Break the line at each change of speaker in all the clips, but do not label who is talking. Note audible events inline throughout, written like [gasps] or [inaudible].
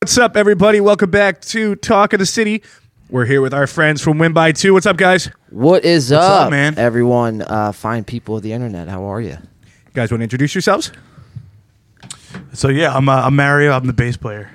What's up, everybody? Welcome back to Talk of the City. We're here with our friends from Win by Two. What's up, guys? You
What is
up,
up,
man?
Everyone, uh, fine people of the internet. How are you?
guys want to introduce yourselves?
So yeah, I'm, uh, I'm Mario. I'm the bass player.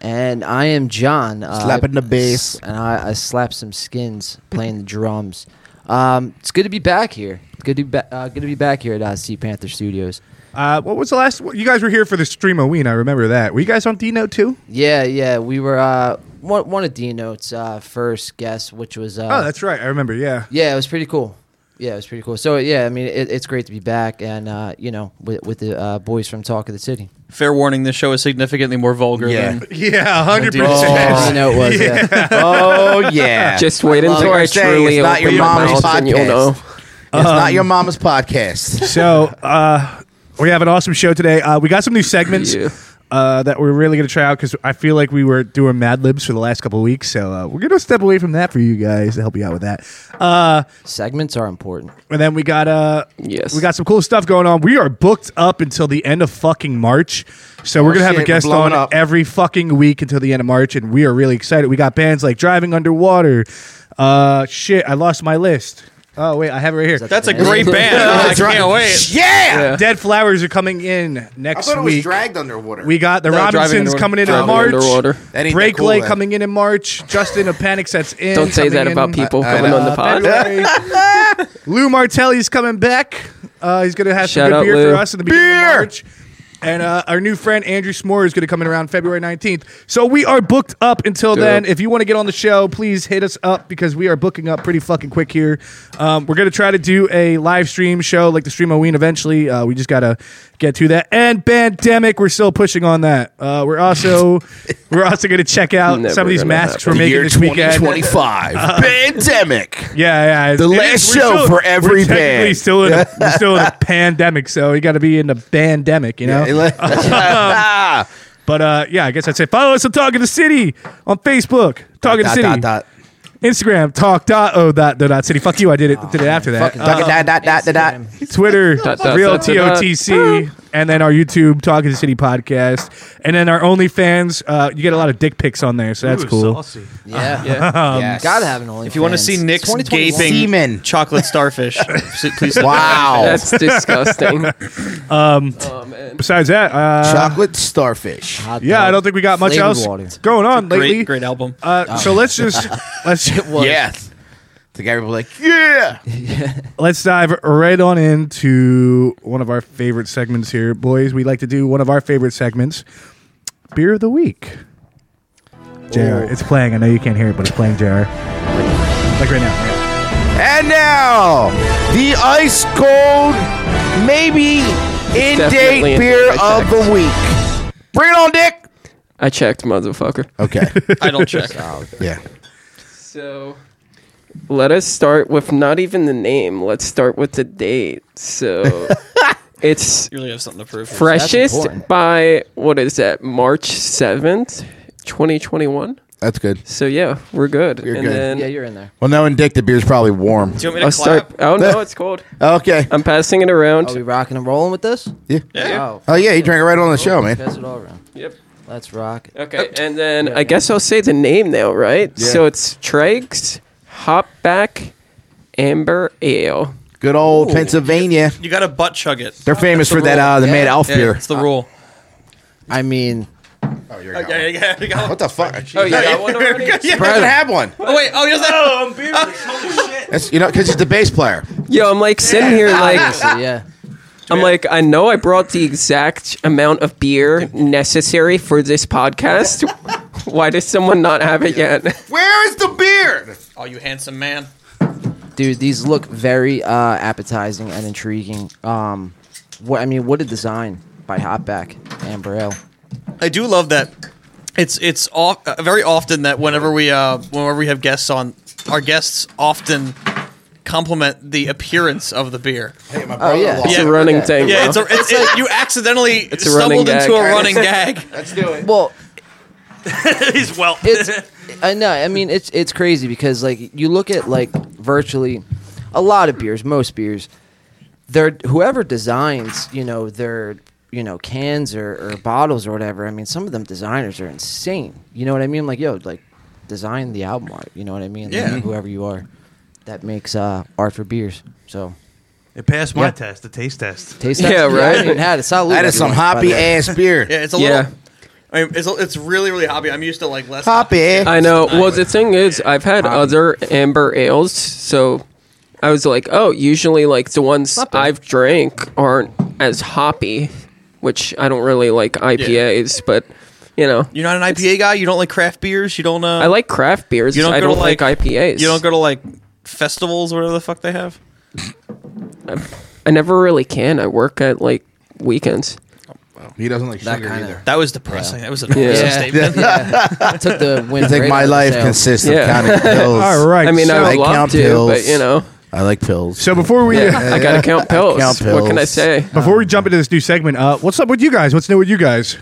And I am John. Uh,
Slapping the bass.
And I, I slapped some skins playing the drums. Um, it's good to be back here. It's good to be, ba- uh, good to be back here at uh, Sea Panther Studios.
Uh, what was the last? You guys were here for the stream of Ween. I remember that. Were you guys on D Note too?
Yeah, yeah. We were uh, one, one of D Note's uh, first guests, which was. Uh,
Oh, that's right. I remember. Yeah.
Yeah, it was pretty cool. Yeah, it was pretty cool. So, yeah, I mean, it, it's great to be back and, uh, you know, with, with the uh, boys from Talk of the City.
Fair warning: this show is significantly more vulgar
Yeah.
than
[laughs] Yeah, hundred
Oh,
percent.
know it was, yeah.
Oh yeah.
Just wait
Well,
until
you're
I
saying
truly
it's not
open
your
my
mama's
mouth and you'll
podcast.
know.
It's not your mama's [laughs] podcast.
[laughs] So uh, we have an awesome show today. Uh, we got some new segments.
Yeah.
Uh, that we're really gonna try out because I feel like we were doing Mad Libs for the last couple of weeks, so uh, we're gonna step away from that for you guys to help you out with that. Uh,
Segments are important.
And then we got uh
Yes.
we got some cool stuff going on. We are booked up until the end of fucking March. So we're gonna have a
shit, we're
guest on
blowing up.
every fucking week until the end of March, and we are really excited. We got bands like Driving Underwater. Uh shit, I lost my list. Oh wait, I have it right here.
that's a great band. I can't wait.
Yeah.
[laughs] Dead Flowers are coming in next week.
dragged underwater.
we got the
No, Driving
Robinsons
Underwater.
coming in in
Driving
March.
Underwater.
That ain't
Break
that cool,
Lay
then.
coming in in March. Justin of Panic Sets in.
Don't say that
coming
about
in.
people
I- I
coming on
know.
the pod. [laughs]
February. Lou Martelli's coming back. Uh, he's going to have
Shout
some
out,
good beer
Lou.
for us in the beginning
Beer!
of March. And uh, our new friend Andrew S'more is going to come in around February 19th. So we are booked up until
Dope.
then. If you want to get on the show, please hit us up because we are booking up pretty fucking quick here. Um, we're going to try to do a live stream show like the Stream of Ween eventually. Uh, we just got to get to that. And pandemic, we're still pushing on that. Uh, we're also we're also going to check out
[laughs] Never
some of these
gonna
masks
happen.
we're making
Year
this weekend.
2025 pandemic.
Yeah, yeah.
The
It
last
we're
show for
we're
every
technically
band.
Still
[laughs]
in a, we're still in a pandemic, so you got to be in the pandemic, you know.
Ah.
but uh, yeah, I guess I'd say follow us on Talk of the City on Facebook, Talk of
[laughs]
the
Dot,
City,
dot, dot.
Instagram, Talk dot oh dot dot, dot city. Fuck you, I did it did it after that.
fucking
Uh,
Oh, Dot, dot, dot, dot, dot, dot.
Twitter,
[laughs] Dot, dot,
Real
dot, dot, dot.
TOTC, and then our YouTube Talk of the City podcast, and then our OnlyFans. Uh, you get a lot of dick pics on there, so that's
Ooh,
cool.
saucy.
Yeah.
Yes.
Ah, Gotta have an OnlyFans.
If you want to see Nick's gaping
Semen.
chocolate [laughs] starfish, s- please.
[laughs] Wow.
That's disgusting. um, oh, man.
Besides that, uh,
Chocolate starfish.
yeah, I don't think we got much
Flavored
else
water.
going on lately.
Great, great album.
Uh, So let's
[laughs]
just let's
Yes. The guy was like, yeah.
let's dive right on into one of our favorite segments here, boys. We like to do one of our favorite segments, beer of the week. Jr, it's playing. I know you can't hear it, but it's playing, Jr. Like right now.
And now, the ice cold, maybe in
definitely
date
in
beer
date, I
of the week. Bring it on, Dick.
I checked, motherfucker.
[laughs] Okay.
I [laughs] don't check.
yeah.
So let us start with not even the name. Let's start with the date. [laughs] So it's
You really have something to prove. here.
important.
freshest by what is that? March seventh, twenty twenty one.
That's good.
So yeah, we're good.
You're
and
good.
then
Yeah, you're in there.
Well, knowing Dick, the beer's probably warm.
Do you want me to
I'll
clap?
start. Oh [laughs] no, it's cold.
Okay.
I'm passing it around.
Are we rocking and rolling with this?
Yeah.
Yeah.
Wow.
Oh, yeah. You drank it right on the show, man.
Pass it all around.
Yep.
Let's rock.
Okay, and then I guess I'll say the name now, right? So it's Treggs Hopback Amber Ale.
Good old Pennsylvania.
You got to butt chug it.
They're famous for that, uh, the
Yeah.
made elf
Yeah,
beer.
it's the rule.
I mean,
Oh, you're
Yeah, yeah, yeah. you got-
What the fuck?
Oh, you got one already?
He doesn't have one.
Oh wait. Oh, he doesn't. Oh,
That's, you know, because he's the bass player.
Yo, I'm like sitting
[laughs]
here like
so yeah.
I'm like I know I brought the exact amount of beer necessary for
[laughs]
this podcast. Why does someone not have it yet?
Where is the beer?
oh, you handsome man.
Dude, these look very uh, appetizing and intriguing. Um, what I mean, what a design by Hotback and Burrell.
I do love that. It's it's all, uh, very often that whenever we uh, whenever we have guests on, our guests often compliment the appearance of the beer.
Oh yeah.
It's
Yeah.
a running thing.
Yeah,
bro.
it's a, it's a, you accidentally
a
stumbled
running
into a [laughs]
gag.
running gag.
Let's do it.
Well,
He's well.
[laughs]
it's I know. I mean, it's it's crazy because like you look at like virtually a lot of beers, most beers, they're whoever designs, you know, their you know cans or, or bottles or whatever. I mean, some of them designers are insane. You know what I mean? Like yo, like design the album art. You know what I mean? Like,
Yeah.
whoever you are, that makes uh, art for beers. So
It passed my
Yeah.
test, the taste test.
taste
Yeah,
that. I
right.
haven't even had it. Salute,
That is some
everyone, by the
hoppy
way.
ass beer.
Yeah, it's a
Yeah.
little. I mean, it's it's really really hoppy. I'm used to like less
Hoppy. eh?
I know. Well, the thing is, I've had other amber ales, so I was like, oh, usually like the ones I've drank aren't as hoppy, which I don't really like IPAs, but you know,
You're not an IPA guy. You don't like craft beers. You don't. Uh,
I like craft beers.
You don't
I
go
don't
to
like,
like,
IPAs.
You don't go to like festivals, whatever the fuck they have.
I never really can. I work at like weekends.
He doesn't like
That
sugar
kinda-
either.
That was depressing. That was a depressing
Yeah.
statement.
I took the win.
I think
right
my
out of
life
sale.
consists of
Yeah.
counting pills.
All right.
I mean, I
so,
would
I
love
count
to,
pills.
but you know,
I like pills.
so before we
I gotta count pills.
count
What can I
pills.
say?
[laughs] before we jump into this new segment, uh, what's up with you guys? What's new with you guys?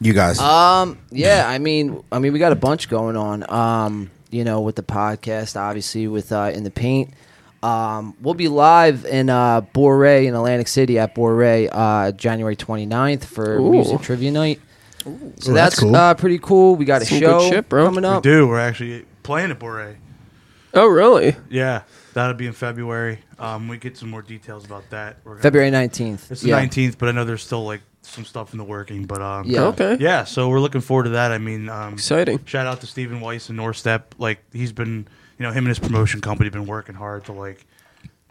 you guys.
Um, yeah, I mean, I mean, we got a bunch going on. Um, you know, with the podcast, obviously, with uh, in the paint. Um, we'll be live in uh, Boré in Atlantic City at Boré uh, January 29th for
Ooh.
music trivia night. So
Ooh, that's
that's,
cool.
uh, pretty cool. We got a
Some good
show
shit, bro.
coming
We
up.
do. We're actually playing at Bore.
Oh, really?
Yeah, that'll be in February. Um, we get some more details about that. We're gonna-
February 19th.
It's the
yeah.
19th, but I know there's still like some stuff in the working. But um,
Yeah.
Okay.
yeah. So we're looking forward to that. I mean, um,
Exciting.
Shout out to Stephen Weiss and North Step. Like he's been, you know, him and his promotion company have been working hard to like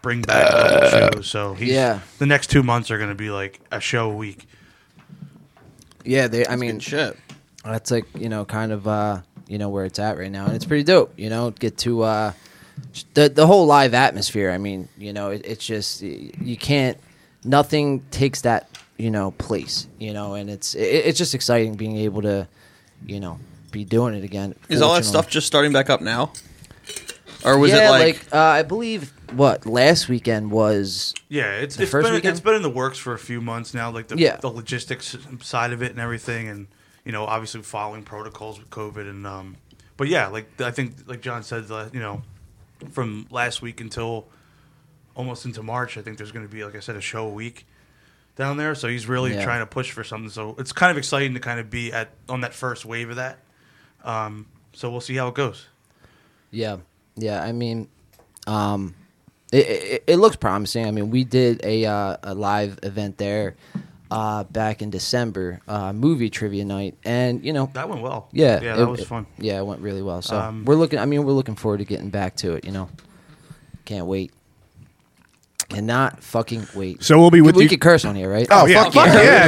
bring back the shows. So he's,
Yeah.
the next two months are going to be like a show a week.
Yeah, they, I mean,
Shit.
that's like you know kind of uh you know where it's at right now and it's pretty dope you know get to uh the the whole live atmosphere i mean you know it, it's just y- you can't nothing takes that you know place you know and it's it, it's just exciting being able to you know be doing it again
Is all that stuff
fortunately.
just starting back up now, or was
yeah
it like?
uh, i believe what last weekend was
Yeah, it's,
The
it's
first
been
weekend?
it's been in the works for a few months now, like the,
Yeah.
the logistics side of it and everything, and you know, obviously following protocols with COVID and um, but yeah, like I think like John said, uh, you know, from last week until almost into March, I think there's going to be like I said a show a week down there, so he's really
Yeah.
trying to push for something. So it's kind of exciting to kind of be at on that first wave of that. Um, so we'll see how it goes.
Yeah, yeah. I mean, um, it, it, it looks promising. I mean, we did a uh, a live event there uh, back in December, uh, movie trivia night, and you know,
That went well.
yeah,
yeah,
it-
that was
it-
fun.
Yeah, it went really well. So
Um,
we're looking. I mean, we're looking forward to getting back to it. You know, can't wait. Cannot fucking wait.
So we'll be with
we
you-
could curse on here, right?
oh, fuck,
yeah.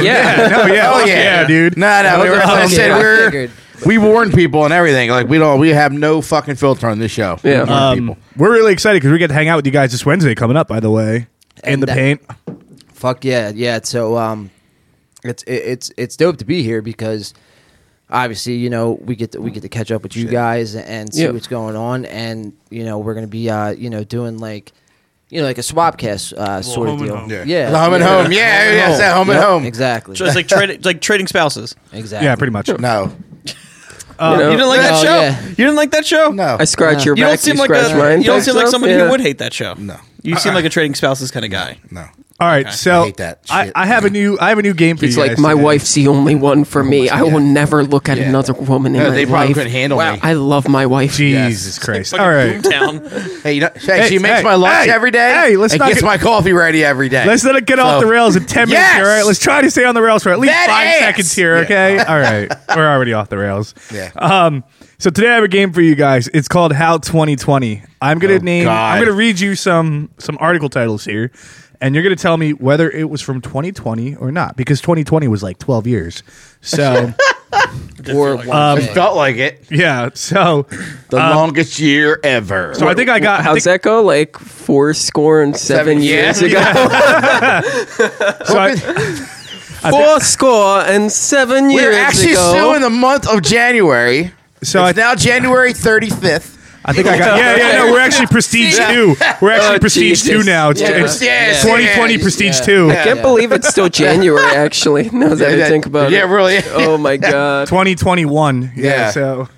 Yeah,
Yeah.
no, yeah,
Oh,
fuck
yeah.
dude.
No, no, we were, like I
okay,
said,
I
we're,
figured.
we warn people and everything. Like we don't, we have no fucking filter on this show.
Yeah.
we warn
Um,
people.
Um, We're really excited because we get to hang out with you guys this Wednesday coming up. By the way, in
And
the
that-
paint.
Fuck yeah, yeah. So um, it's it, it's it's dope to be here because obviously you know we get to, we get to catch up with you guys and see
Yeah.
what's going on, and you know we're gonna be uh you know doing like you know like a swapcast uh, sort of
home and
deal.
home.
Yeah,
Yeah,
The home and
yeah.
home. Yeah, yeah, it's that home and
Yep,
home.
Exactly.
So it's like trading, like trading spouses.
exactly.
Yeah, pretty much.
No,
you know?
Uh, You didn't like
Oh,
that show.
yeah.
You didn't like that show.
no.
I scratch your
You
back.
don't seem
you
like
scratch
a,
mine.
you don't
type
seem like
stuff?
somebody
Yeah.
who would hate that show.
No.
you seem like a trading spouses kind of guy.
No.
All right, so
I hate that
I,
shit.
I have a new I have a new game for
It's
you.
like
guys
my
today.
wife's the only one for me. I will never look at another woman in
No,
my
they probably
life.
couldn't handle
wow.
me.
I love my wife.
Jesus Christ!
Fucking
All right,
Boomtown.
[laughs] Hey, you know, hey,
Hey,
she makes
hey,
my lunch
hey,
every day.
hey, let's
and
not
gets
get-
my coffee ready every day.
let's let it get off
So-
the rails in ten minutes.
Yes!
All right, let's try to stay on the rails for at least
That
five
ass!
seconds here.
Yeah.
Okay, all
[laughs]
right, we're already off the rails.
Yeah.
Um. So today I have a game for you guys. It's called How 2020. I'm gonna name. I'm
Oh, God.
gonna read you some some article titles here, and you're gonna tell me whether it was from 2020 or not because 2020 was like 12 years.
[laughs]
So
Or
It felt like it.
yeah. So
The longest year ever.
um, so I think I got. I
How's
think-
that go? Like four score and seven,
Seven
years
years.
ago.
so I-
Four score and seven
We're
years
actually
ago.
still in the month of January.
So
So
I-
it's now January 35th.
I think I got. Yeah, yeah, no, we're actually Prestige
Yeah.
2. We're actually
Oh,
Prestige
Jesus.
2 now. It's,
Yeah.
it's
Yes,
2020
yes.
Prestige
yeah.
2.
I can't
Yeah.
believe
[laughs]
it's still January. Actually, now that
Yeah,
I think about
yeah,
it. [laughs]
really.
Oh
[laughs]
my god.
2021. Yeah,
Yeah.
So,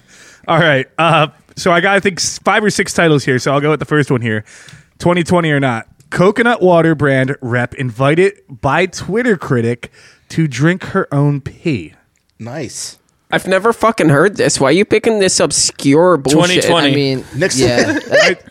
all right. Uh, so I got, I think, s- five or six titles here. So I'll go with the first one here 2020 or not. Coconut water brand rep invited by Twitter critic to drink her own pee.
Nice.
I've never fucking heard this. Why are you picking this obscure bullshit?
2020.
I mean,
Next- [laughs]
yeah,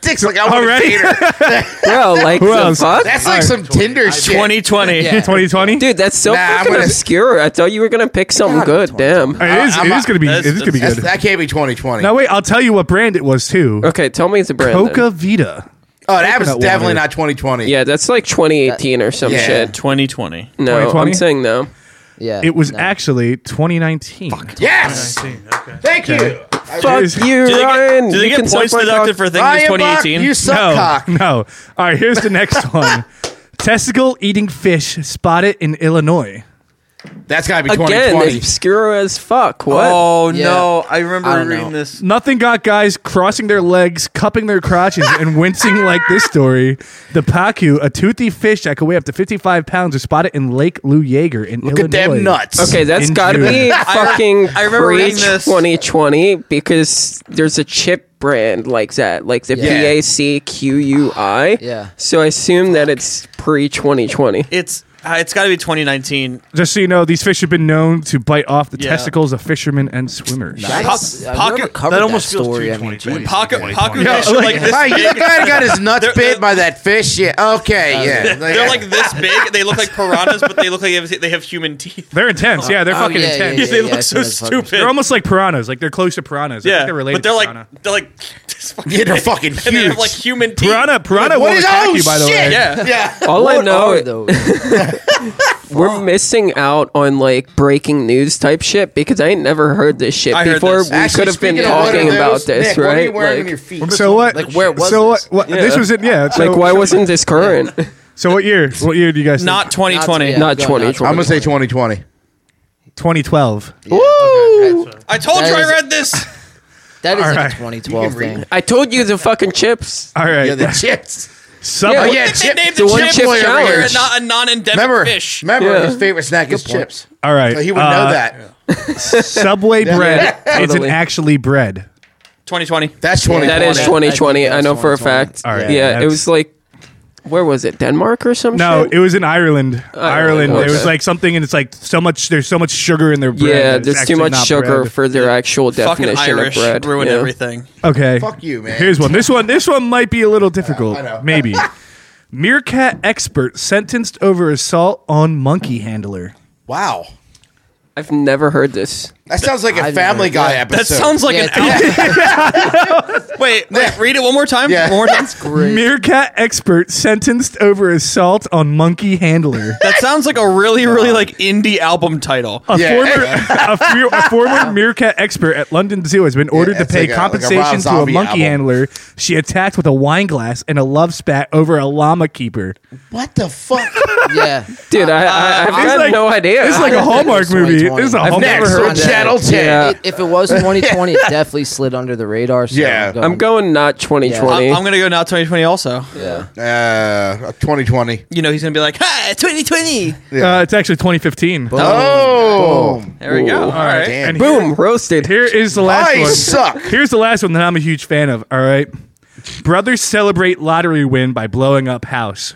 Dick's like, I want
Already?
to date her.
Bro,
[laughs]
like the
else?
fuck?
That's like some Tinder shit.
2020.
yeah.
2020?
Dude, that's so
Nah, I'm
fucking
gonna-
obscure. I thought you were gonna pick something good. Damn.
It is,
I'm
it
a-
is going to be, it
that's-
is gonna be
That's-
good.
That can't be 2020.
Now, wait, I'll tell you what brand it was, too.
Okay, tell me the brand. then.
Coca Vita.
oh, that was
coconut
definitely
water.
not 2020.
Yeah, that's like 2018 or some
Yeah.
shit.
2020.
No,
2020?
I'm saying no.
yeah.
It was
no.
actually 2019.
Yes.
19, okay.
Thank you.
Fuck
Jeez.
you,
Do they
Ryan.
get, do they
you
get points
suck my cock.
deducted for thinking it's
Ryan Bach,
2018?
you suck
no,
cock.
no. All right, here's the next one. Testicle eating fish spotted in Illinois.
That's got to be
Again,
2020.
it's obscure as fuck. What?
Oh
Yeah.
no! I remember
I don't
reading
know.
this.
Nothing got guys crossing their legs, cupping their crotches, and wincing like this story. The pacu, a toothy fish that could weigh up to 55 pounds, was spotted in Lake Lou Yeager in
Look
Illinois.
at them nuts.
Okay, that's
In
got to
June.
be fucking
I remember
pre
reading this.
2020 because there's a chip brand like that, like the
Yeah.
P A C Q U I.
Yeah.
So I assume that it's pre 2020.
It's uh, it's got to be 2019.
Just so you know, these fish have been known to bite off the
Yeah.
testicles of fishermen and swimmers.
That's-
Po-
I've
pocket-
never covered
that almost feels
story.
too
I mean,
2020.
geez.
Pocket
Yeah,
pocket
yeah.
fish are like this
[laughs] Hey, you
big.
guy got his nuts
They're-
bit by that fish. Yeah.
Uh,
Okay. Yeah.
They're like this big. They look like piranhas, but they look like they have, they have human teeth.
They're intense. Yeah, they're
Oh,
fucking
yeah,
intense.
yeah,
[laughs]
they look
I've
so
seen those fucking-
stupid.
They're almost like piranhas. Like they're close to piranhas. I think
yeah,
they're related
but [laughs] they're
to
like
piranha.
they're like [laughs] this fucking
Yeah, [laughs] they're
big.
[laughs]
[laughs]
fucking
And they
huge.
have like human teeth.
piranha. Piranha
What
will
is
attack
oh
you. By the way,
shit?
Yeah.
[laughs]
Yeah.
All I
What
know,
are those?
we're missing out on like breaking news type shit because I ain't never heard this shit
I heard
before.
this.
We
Actually,
could have been
speaking of one of
talking
those,
about this,
Nick,
right?
What are you wearing
like,
on your feet?
So what?
Like, where was
so
this?
what? what
Yeah.
This was in yeah. So,
like, why wasn't
[laughs]
this current?
so what year? What year do you guys?
Not
think?
Not-
2020.
yeah,
Not
I'm going
2020.
I'm gonna say 2020.
2012.
I told
That
you
is-
I read this.
That is
All
like
right.
a 2012
You can
thing.
I told you the fucking chips.
All right.
Yeah, the chips.
Subway.
Yeah,
Oh
what
yeah,
If they
chip.
named
the
a
one
chip
chip
flavor,
challenge.
you're not a non-endemic
Remember,
fish.
remember
Yeah.
his favorite snack is chips.
All right.
So he would
uh,
know that.
Subway
[laughs]
bread. It's an
Totally.
actually bread.
2020.
That's 2020.
That is 2020.
I think
I, know
that's
for
2020.
a fact.
All right,
yeah, it
that's-
was like, where was it? Denmark or some
No,
shit?
it was in Ireland.
Oh,
Ireland.
okay.
It was like something, and it's like so much. There's so much sugar in their bread. that
yeah,
it's
there's
actually
too much
not
sugar
bread.
for their actual
Fucking
definition
Irish
of bread.
ruin
yeah.
everything.
Okay.
Fuck you, man.
Here's one. This one. This one might be a little difficult.
I [laughs] know.
Maybe. Meerkat expert sentenced over assault on monkey handler.
Wow.
I've never heard this.
That sounds like a
I've never-
Family Guy
yeah.
episode.
That sounds like
Yeah,
an album. [laughs] wait, wait, read it one more time.
Yeah.
One more time.
Great.
Meerkat expert sentenced over assault on monkey handler.
That sounds like a really, really like indie album title.
A
Yeah.
former a, few- a former meerkat expert at London Zoo has been ordered to
it's
pay
like a- like a Rob
compensation to a
Zombie
monkey
album.
handler she attacked with a wine glass and a love spat over a llama keeper.
What the fuck?
Yeah.
Dude, I,
Uh,
I, I've got
like-
no idea.
This is like a Hallmark
it's
movie.
2020.
This is a
I've
Hallmark.
never
movie.
heard
on that.
Channel 10.
Yeah.
It- if it was 2020,
[laughs]
it definitely slid under the radar. So
Yeah.
I'm going not 2020.
I'm, I'm gonna go now 2020 also.
Yeah.
[laughs] Uh, 2020.
You know, he's gonna be like, ha, 2020.
Uh, it's actually 2015.
Oh,
There we go.
Ooh.
All right.
damn.
And here-
Boom, roasted.
Here is the last
I
one.
suck.
Here's the last one that I'm a huge fan of. All right, brothers celebrate lottery win by blowing up house.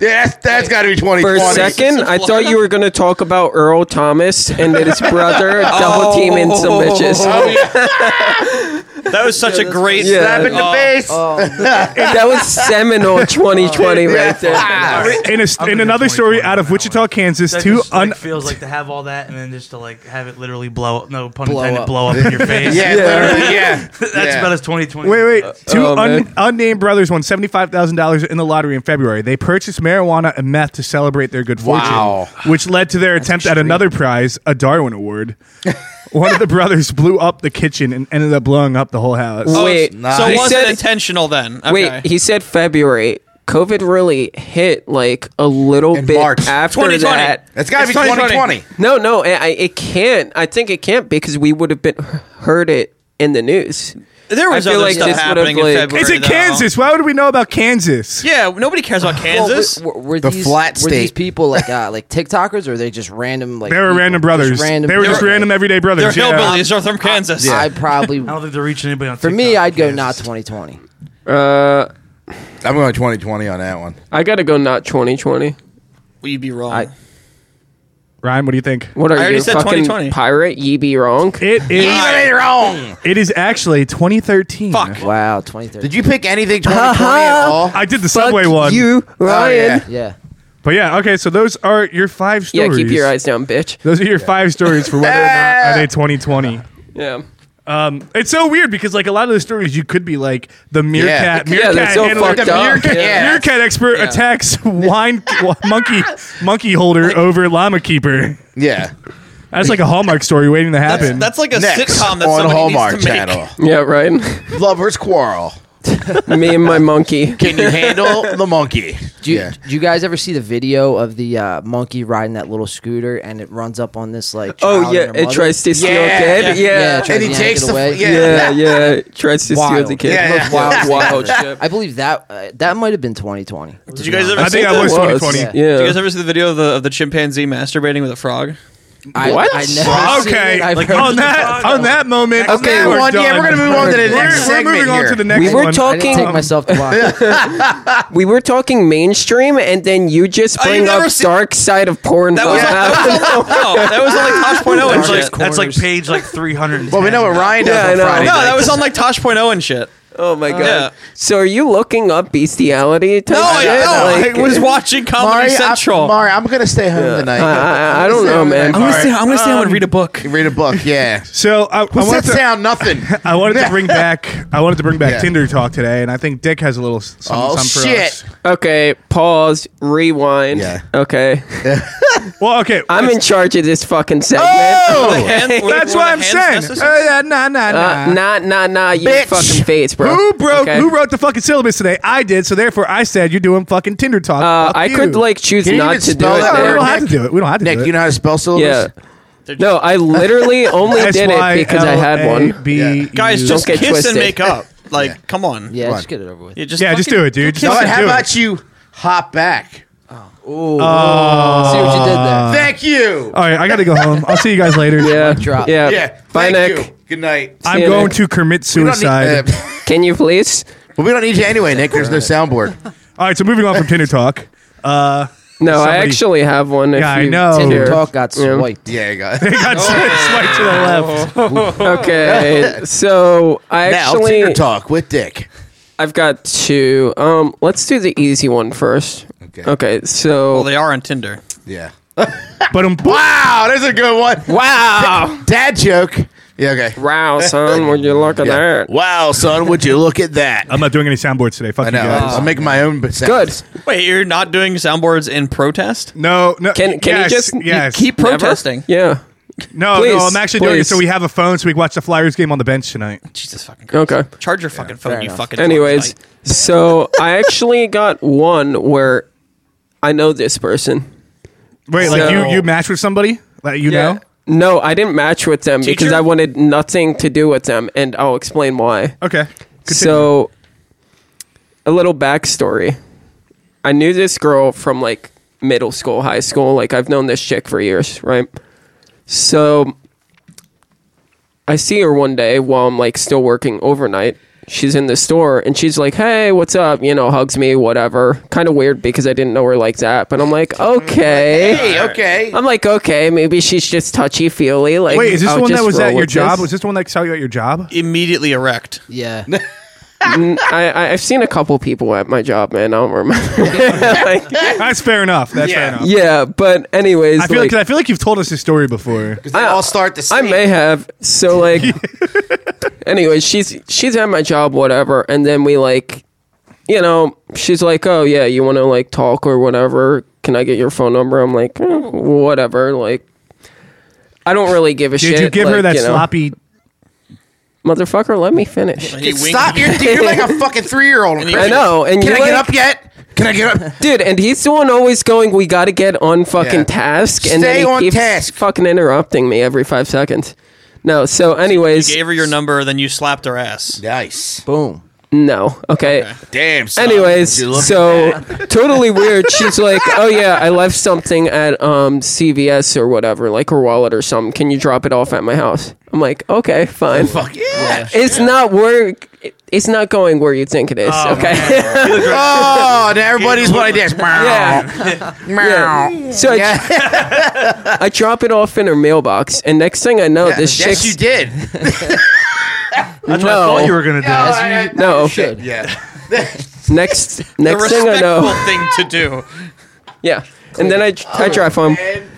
Yeah, that's, that's got to be 2020.
For
[laughs]
a second, I thought you were going to talk about Earl Thomas and
[laughs]
his brother
Oh.
double teaming some bitches.
That was such a great.
Yeah.
Slap in the
Oh.
face.
That was seminal 2020 right there.
oh,
Ah.
In, a,
I'm
in
gonna
another
go
story
2020
out of
on that
Wichita,
one.
Kansas,
That
two
just,
un-
like, feels like to have all that and then just to like have it literally blow up. No pun
Blow
intended.
up.
Blow up in your face.
Yeah,
oh.
literally, yeah.
[laughs] that's
[laughs]
yeah.
about as 2020.
Wait, wait. Two
Oh,
un-
man.
unnamed brothers won $75,000 in the lottery in February. They purchased marijuana and meth to celebrate their good fortune,
Wow.
which led to their attempt at another prize, a Darwin Award. One of the brothers blew up the kitchen and ended up blowing up the whole house.
Wait,
nice.
So
He
it wasn't
said-
intentional then. Okay.
Wait, he said February. COVID really hit like a little
In
bit
March.
after
2020.
that.
That's got to
It's
be
2020.
2020.
No, no, I, I- it can't. I think it can't because we would have been heard it in the news.
there was
I feel
other
like
stuff
this would've,
happening
like-
in February.
it's in
though.
Kansas. Why would we know about Kansas?
Yeah, nobody cares about Kansas.
Well, were, "Oh, were
The
these,
flat
Were these
state.
people like uh, like TikTokers or are they just random? Like
They were
people?
random
Just
brothers.
random
they were just
people.
random everyday
They're
brothers. yeah.
hillbillies. They're from Kansas.
I probably.
I don't think they're reaching anybody on
For
TikTok
me,
in
I'd go
Kansas.
not 2020.
Uh,
I'm going 2020 on that one.
I gotta go not 2020.
Well, you'd be wrong.
I-
Ryan, what do you think?
What are
I already
you,
said
fucking
2020.
pirate? Ye be wrong.
It is.
Even wrong.
It is actually 2013.
Fuck.
Wow, 2030.
Did you pick anything 2020
Uh-huh.
at all?
I did the subway one.
Ryan.
Oh, Yeah.
But yeah, okay. So those are your five
yeah,
stories.
keep your eyes down, bitch.
Those are your five stories for whether or not
[laughs]
are they 2020.
Yeah.
Um, it's so weird because like a lot of the stories you could be like the meerkat,
Yeah,
meerkat,
that's so
handler-
fucked
the
up.
meerkat,
Yeah.
meerkat expert
[laughs]
attacks wine monkey monkey holder over llama keeper.
Yeah.
That's like a hallmark story waiting to happen.
That's like a
Next
sitcom that
on
somebody
Hallmark
needs to make.
Channel.
Yeah, Ryan.
Lovers quarrel.
Me and my monkey.
Can you handle the monkey?
Do you,
yeah.
do you guys ever see the video of the uh, monkey riding that little scooter and it runs up on this like?
Oh
child
yeah,
and her
it
mother?
tries to steal
Yeah,
kid.
yeah,
yeah,
Yeah.
it
Yeah,
tries-
And he
Yeah,
takes
get
the
away.
f- yeah.
yeah. it Tries to steal
Wild.
the kid.
Yeah, yeah.
Most
[laughs]
wild,
Wild
wild
shit.
[laughs] I believe that uh, that might have been 2020.
Did you guys ever?
I
see
think
the-
I was
It
2020.
Yeah.
Yeah.
Did you guys ever see the video of the of the chimpanzee masturbating with a frog?
I,
What?
I never
Well,
seen
okay,
it. I've
like,
heard
on
the
that
song.
on that moment.
Okay,
now
one- yeah,
done.
we're gonna move on to the next
We're, we're
segment
moving on
here.
to the next
We were
one. Um,
I didn't take
talking-
myself to watch.
We were talking mainstream, and then you just
Oh, you
bring
never
up
see-
dark side of porn.
That was
Bob. [laughs]
on, no, that was on like Tosh Point oh and
That's
shit.
like, that's like
corners.
page like 300.
Well, we know
[laughs]
what Ryan does
Yeah, I
on
know.
Friday.
No,
night.
that was on like Tosh Point oh and shit. [laughs]
oh my god.
Yeah.
So are you looking up bestiality? Type
No, I,
shit?
no,
Like,
I was watching Comedy
Mari,
Central.
I'm, Mari, I'm gonna stay home tonight.
[laughs] I- I- I don't
Stay
know,
home tonight,
man.
I'm
Mari.
gonna stay. I'm gonna stay home and read a book.
Read a book. Yeah.
So uh, I, I
What's
wanted
that
to,
sound? Nothing.
I wanted to bring back. I wanted to bring back
Yeah.
Tinder talk today, and I think Dick has a little s- some,
Oh,
some for
shit.
us.
Okay, pause, rewind.
Yeah.
Okay.
Well, okay,
I'm in charge of this fucking segment.
Oh!
[laughs]
Oh.
that's what I'm saying. Uh, yeah, nah, nah, nah.
Uh, nah, nah, nah, you
Bitch.
fucking face, bro.
Who broke?
Okay?
Who wrote the fucking syllabus today? I did. So therefore, I said you're doing fucking Tinder talk.
Uh,
Fuck
I
you. Oh,
could like choose
Can you
not
even
to do
spell
it
No,
that
we
there.
don't have to do it. We don't have to do
Nick,
it.
you know how to spell syllables?
Yeah. No,
[laughs]
I literally only did it because I had one.
S-Y-L-A-B-U.
Guys, just
get
kiss
twisted.
and make up. Like, come on.
Yeah,
Right.
just get it over with.
You just
yeah, just
fucking-
do it, dude. Just
All right,
fucking
how
do
about
it.
you hop back?
See what you did there.
Thank you.
All right, I got to go home. I'll see you guys later.
Yeah.
drop.
Yeah.
yeah.
Bye,
thank
Nick.
you. Good night.
I'm
See you,
going
Nick.
to commit
We don't need-
suicide.
uh, [laughs]
Can you please?
Well, we don't need you anyway, Nick. There's no soundboard.
All right, so moving on from Tinder
[laughs]
talk. Uh,
No, I
Somebody-
actually have one. If
Yeah, I
you
know.
Tinder
care.
talk got
Yeah.
swiped.
Yeah, you got
I got swiped to the left.
Okay. so I
Now,
actually
Tinder talk with Dick.
I've got two. Um, let's do the easy one first.
Okay.
Okay. So
Well, they are on Tinder.
Yeah.
But um,
Wow, that's a good one.
wow,
Dad joke. Yeah, okay.
wow, son, would you look at
Yeah.
that?
Wow, son, would you look at that?
I'm not doing any soundboards today. Fuck
I
you
know.
guys.
Um,
I'm making my own b-
Good.
sounds.
Wait, you're not doing soundboards in protest?
No, no.
Can can
yes,
you just
yes?
keep
Never?
protesting? Yeah.
no,
please,
no. I'm actually doing it
please.
so we have a phone so we can watch the Flyers game on the bench tonight.
Jesus fucking Christ.
Okay.
Charge your fucking phone, you
enough.
fucking.
Anyways, so I actually got one where I know this person.
Wait,
So-
like you you match with somebody that you know?
No, I didn't match with them because
Teacher?
I wanted nothing to do with them, and I'll explain why.
Okay.
So, a little backstory. I knew this girl from like middle school, high school. Like, I've known this chick for years, right? So, I see her one day while I'm like still working overnight. She's in the store and she's like, hey, what's up? You know, hugs me, whatever. Kind of weird because I didn't know her like that. But I'm like, okay.
Hey, okay.
I'm like, okay, maybe she's just touchy feely. Like,
Wait, is this
I'll
the one that
just
was
roll
at your
with
job?
this.
Was this the one that saw you at your job?
Immediately erect.
Yeah.
I, I, I've seen a couple people at my job, man. I don't remember. [laughs] Like,
That's fair enough. That's
Yeah.
fair enough.
yeah, but anyways,
I feel like,
like,
'cause I feel like you've told us this story before.
They all start the
I
same.
may have.
[laughs]
So like, anyways, she's she's at my job, whatever, and then we like, you know, she's like, oh yeah, you want to like talk or whatever? Can I get your phone number? I'm like, eh, whatever. Like, I don't really give a
Did
shit.
you give her
like,
that
you know.
sloppy?
motherfucker? Let me finish.
And he winked-
Stop! You're, you're like a fucking three year [laughs] old.
he-
I know, and
Can
you're
I get
like-
up yet? Can I get up?
dude and he's the one always going we gotta get on fucking
Yeah.
task and then
Stay
he
on
keeps
task.
fucking interrupting me every five seconds no so
You
anyways
gave her your number, then you slapped her ass.
Nice.
Boom.
no okay,
Damn. son,
anyways
you look-
so [laughs] totally weird she's like oh yeah i left something at um cvs or whatever like her wallet or something can you drop it off at my house i'm like okay fine
Fuck yeah.
it's not work it's not going where you think it is. okay.
Oh, [laughs] now everybody's what I did.
[laughs] yeah. yeah. So I, [laughs] I drop it off in her mailbox, and next thing I know, this
Yes,
chick's
you did.
That's what I thought you were gonna do.
[laughs]
no.
Yeah. [laughs]
Next,
The
next thing
respectful
I know,
thing to do.
yeah. And then I, I drive home.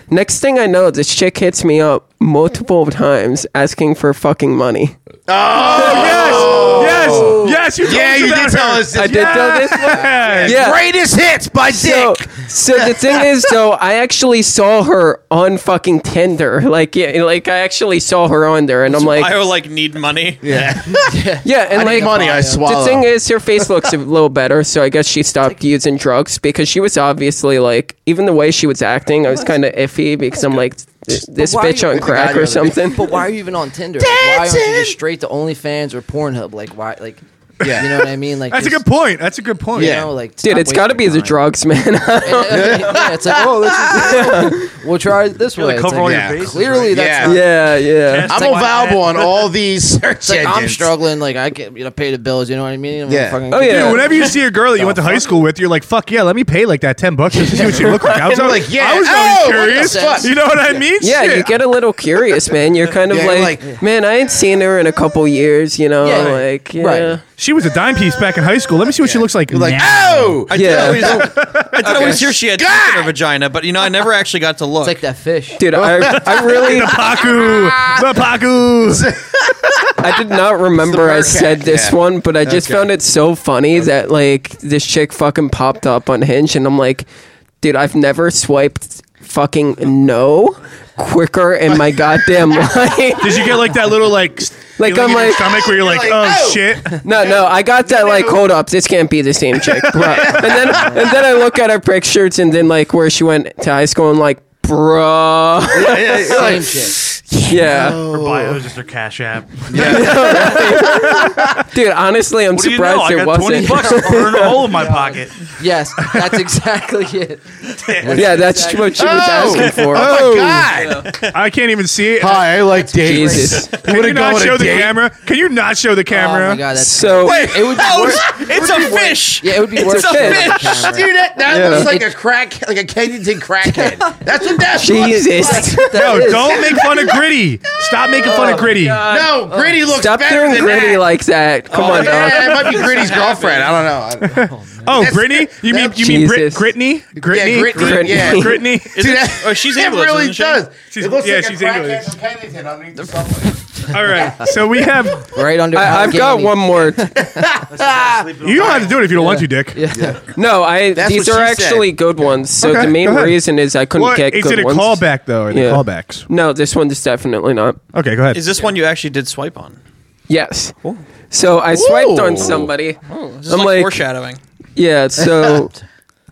Next thing I know, this chick hits me up multiple times asking for fucking money. Oh.
Yes, yes, you told
Yeah,
us
you
about
did
her.
tell us.
I
This.
did tell this one.
Yes.
[laughs] Yeah.
Greatest hits by
So,
Dick.
so the
[laughs]
thing is, though, I actually saw her on fucking Tinder. Like, yeah, like I actually saw her on there, and I'm like,
I will like need money.
Yeah.
yeah, and like
money I swallow.
The thing is, her face
[laughs]
looks a little better, so I guess she stopped using drugs because she was obviously like, even the way she was acting, I was kind of iffy because I'm like, th- [laughs] this
why are
bitch
you-
on crack or something.
But why are you even on Tinder? Like, why aren't you just straight to OnlyFans or Pornhub? Like why? Like
Yeah.
you know what I mean? Like
That's a
just,
good point. That's a good point.
You
Yeah.
know, like
[laughs] Dude, it's got to be the
drug.
drugs, man.
[laughs]
[laughs]
yeah, it's like oh, let's just, [laughs] we'll try it this way.
Really
It's
cover
like,
all
yeah,
your bases.
clearly
right?
that's
Yeah.
not-
yeah, yeah.
Yes.
I'm
Like,
available on all these search
it's like I'm
engines.
struggling. Like I get you know pay the bills. You know what I mean? I'm
Yeah.
fucking-
Oh, yeah.
Dude, whenever you see a girl that you went to high school with, you're like, "Fuck yeah, let me pay like that ten bucks just to see what she looked like." I was always-
[laughs] Like, yeah,
I was
oh,
always
what the
curious.
fuck?
You know what I mean?
Yeah,
Shit.
you get a little curious, man. You're kind of
Yeah, you're
like,
like-
man, I ain't seen her in a couple years, you know,
Yeah.
like, yeah.
Right.
She was a dime piece back in high school. Let me see what she looks like.
You're like,
now.
oh,
[laughs] I
Yeah.
did always, I did always hear she had teeth in her vagina, but you know I never actually got to look.
It's like that fish.
Dude, I, I really,
Paku, the Paku.
I
[laughs]
did not remember I
Mercat,
said this
yeah.
one, but I just
Okay.
found it so funny that like this chick fucking popped up on Hinge, and I'm like, dude, I've never swiped fucking no quicker in my goddamn [laughs] life.
Did you get like that little like s-
Like,
feeling in
I'm
your
like-
stomach where you're like,
like,
oh,
oh.
shit.
No, no, I got that like, hold up, this can't be the same chick, bro. and then and then I look at her pictures, and then like where she went to high school, and like, bro,
[laughs]
Same shit.
yeah,
Her bio is just her cash app.
dude, honestly, I'm
What do you know?
surprised
I
there
got twenty
wasn't.
bucks burn a hole in my pocket.
Yes, that's exactly it.
[laughs] Yeah, that's what she was asking for.
oh my god.
I can't even see it.
Hi, I like dates.
Jesus.
Can you not show the
date?
camera? Can you not show the camera?
Oh my god, that's
So
it
[laughs]
would be worse.
it's a fish.
Yeah, it would be worse.
a
than
fish.
the [laughs] camera.
Dude, that, that
Yeah.
looks like a crack, like a Kensington crackhead. That's what that looks like.
Jesus.
No, don't make fun of Gritty. Stop making fun of Gritty.
No, Gritty looks
Stop
better
doing
than
gritty
that. Oh,
like that. Come on,
yeah,
dog.
it might be Gritty's girlfriend. I don't know. I-
Oh, Gritty? You mean you mean Brit,
Jesus.
Gritney? Gritney?
Yeah, Gritney. Yeah.
Gritney.
Gritney?
Is
Dude,
it-
that-
oh, she's
it
English.
really
isn't she?
does.
She's-
it looks
yeah,
like a
she's
crackhead
English.
from Kensington underneath the subway.
All right. So we have.
Right under.
I, I've got one more.
You don't have to do it if you don't want to, Dick.
No, I. these
what
are
she said.
actually good ones. So
Okay,
the main
go ahead.
reason is I couldn't
Well,
get
is
good
it a
ones.
callback though? Are they
Yeah.
callbacks?
No, this one is definitely not.
Okay, go ahead.
Is this one you actually did swipe on?
Yes. So I swiped on
Ooh.
somebody.
This is
I'm
like,
like-
foreshadowing.
Yeah. So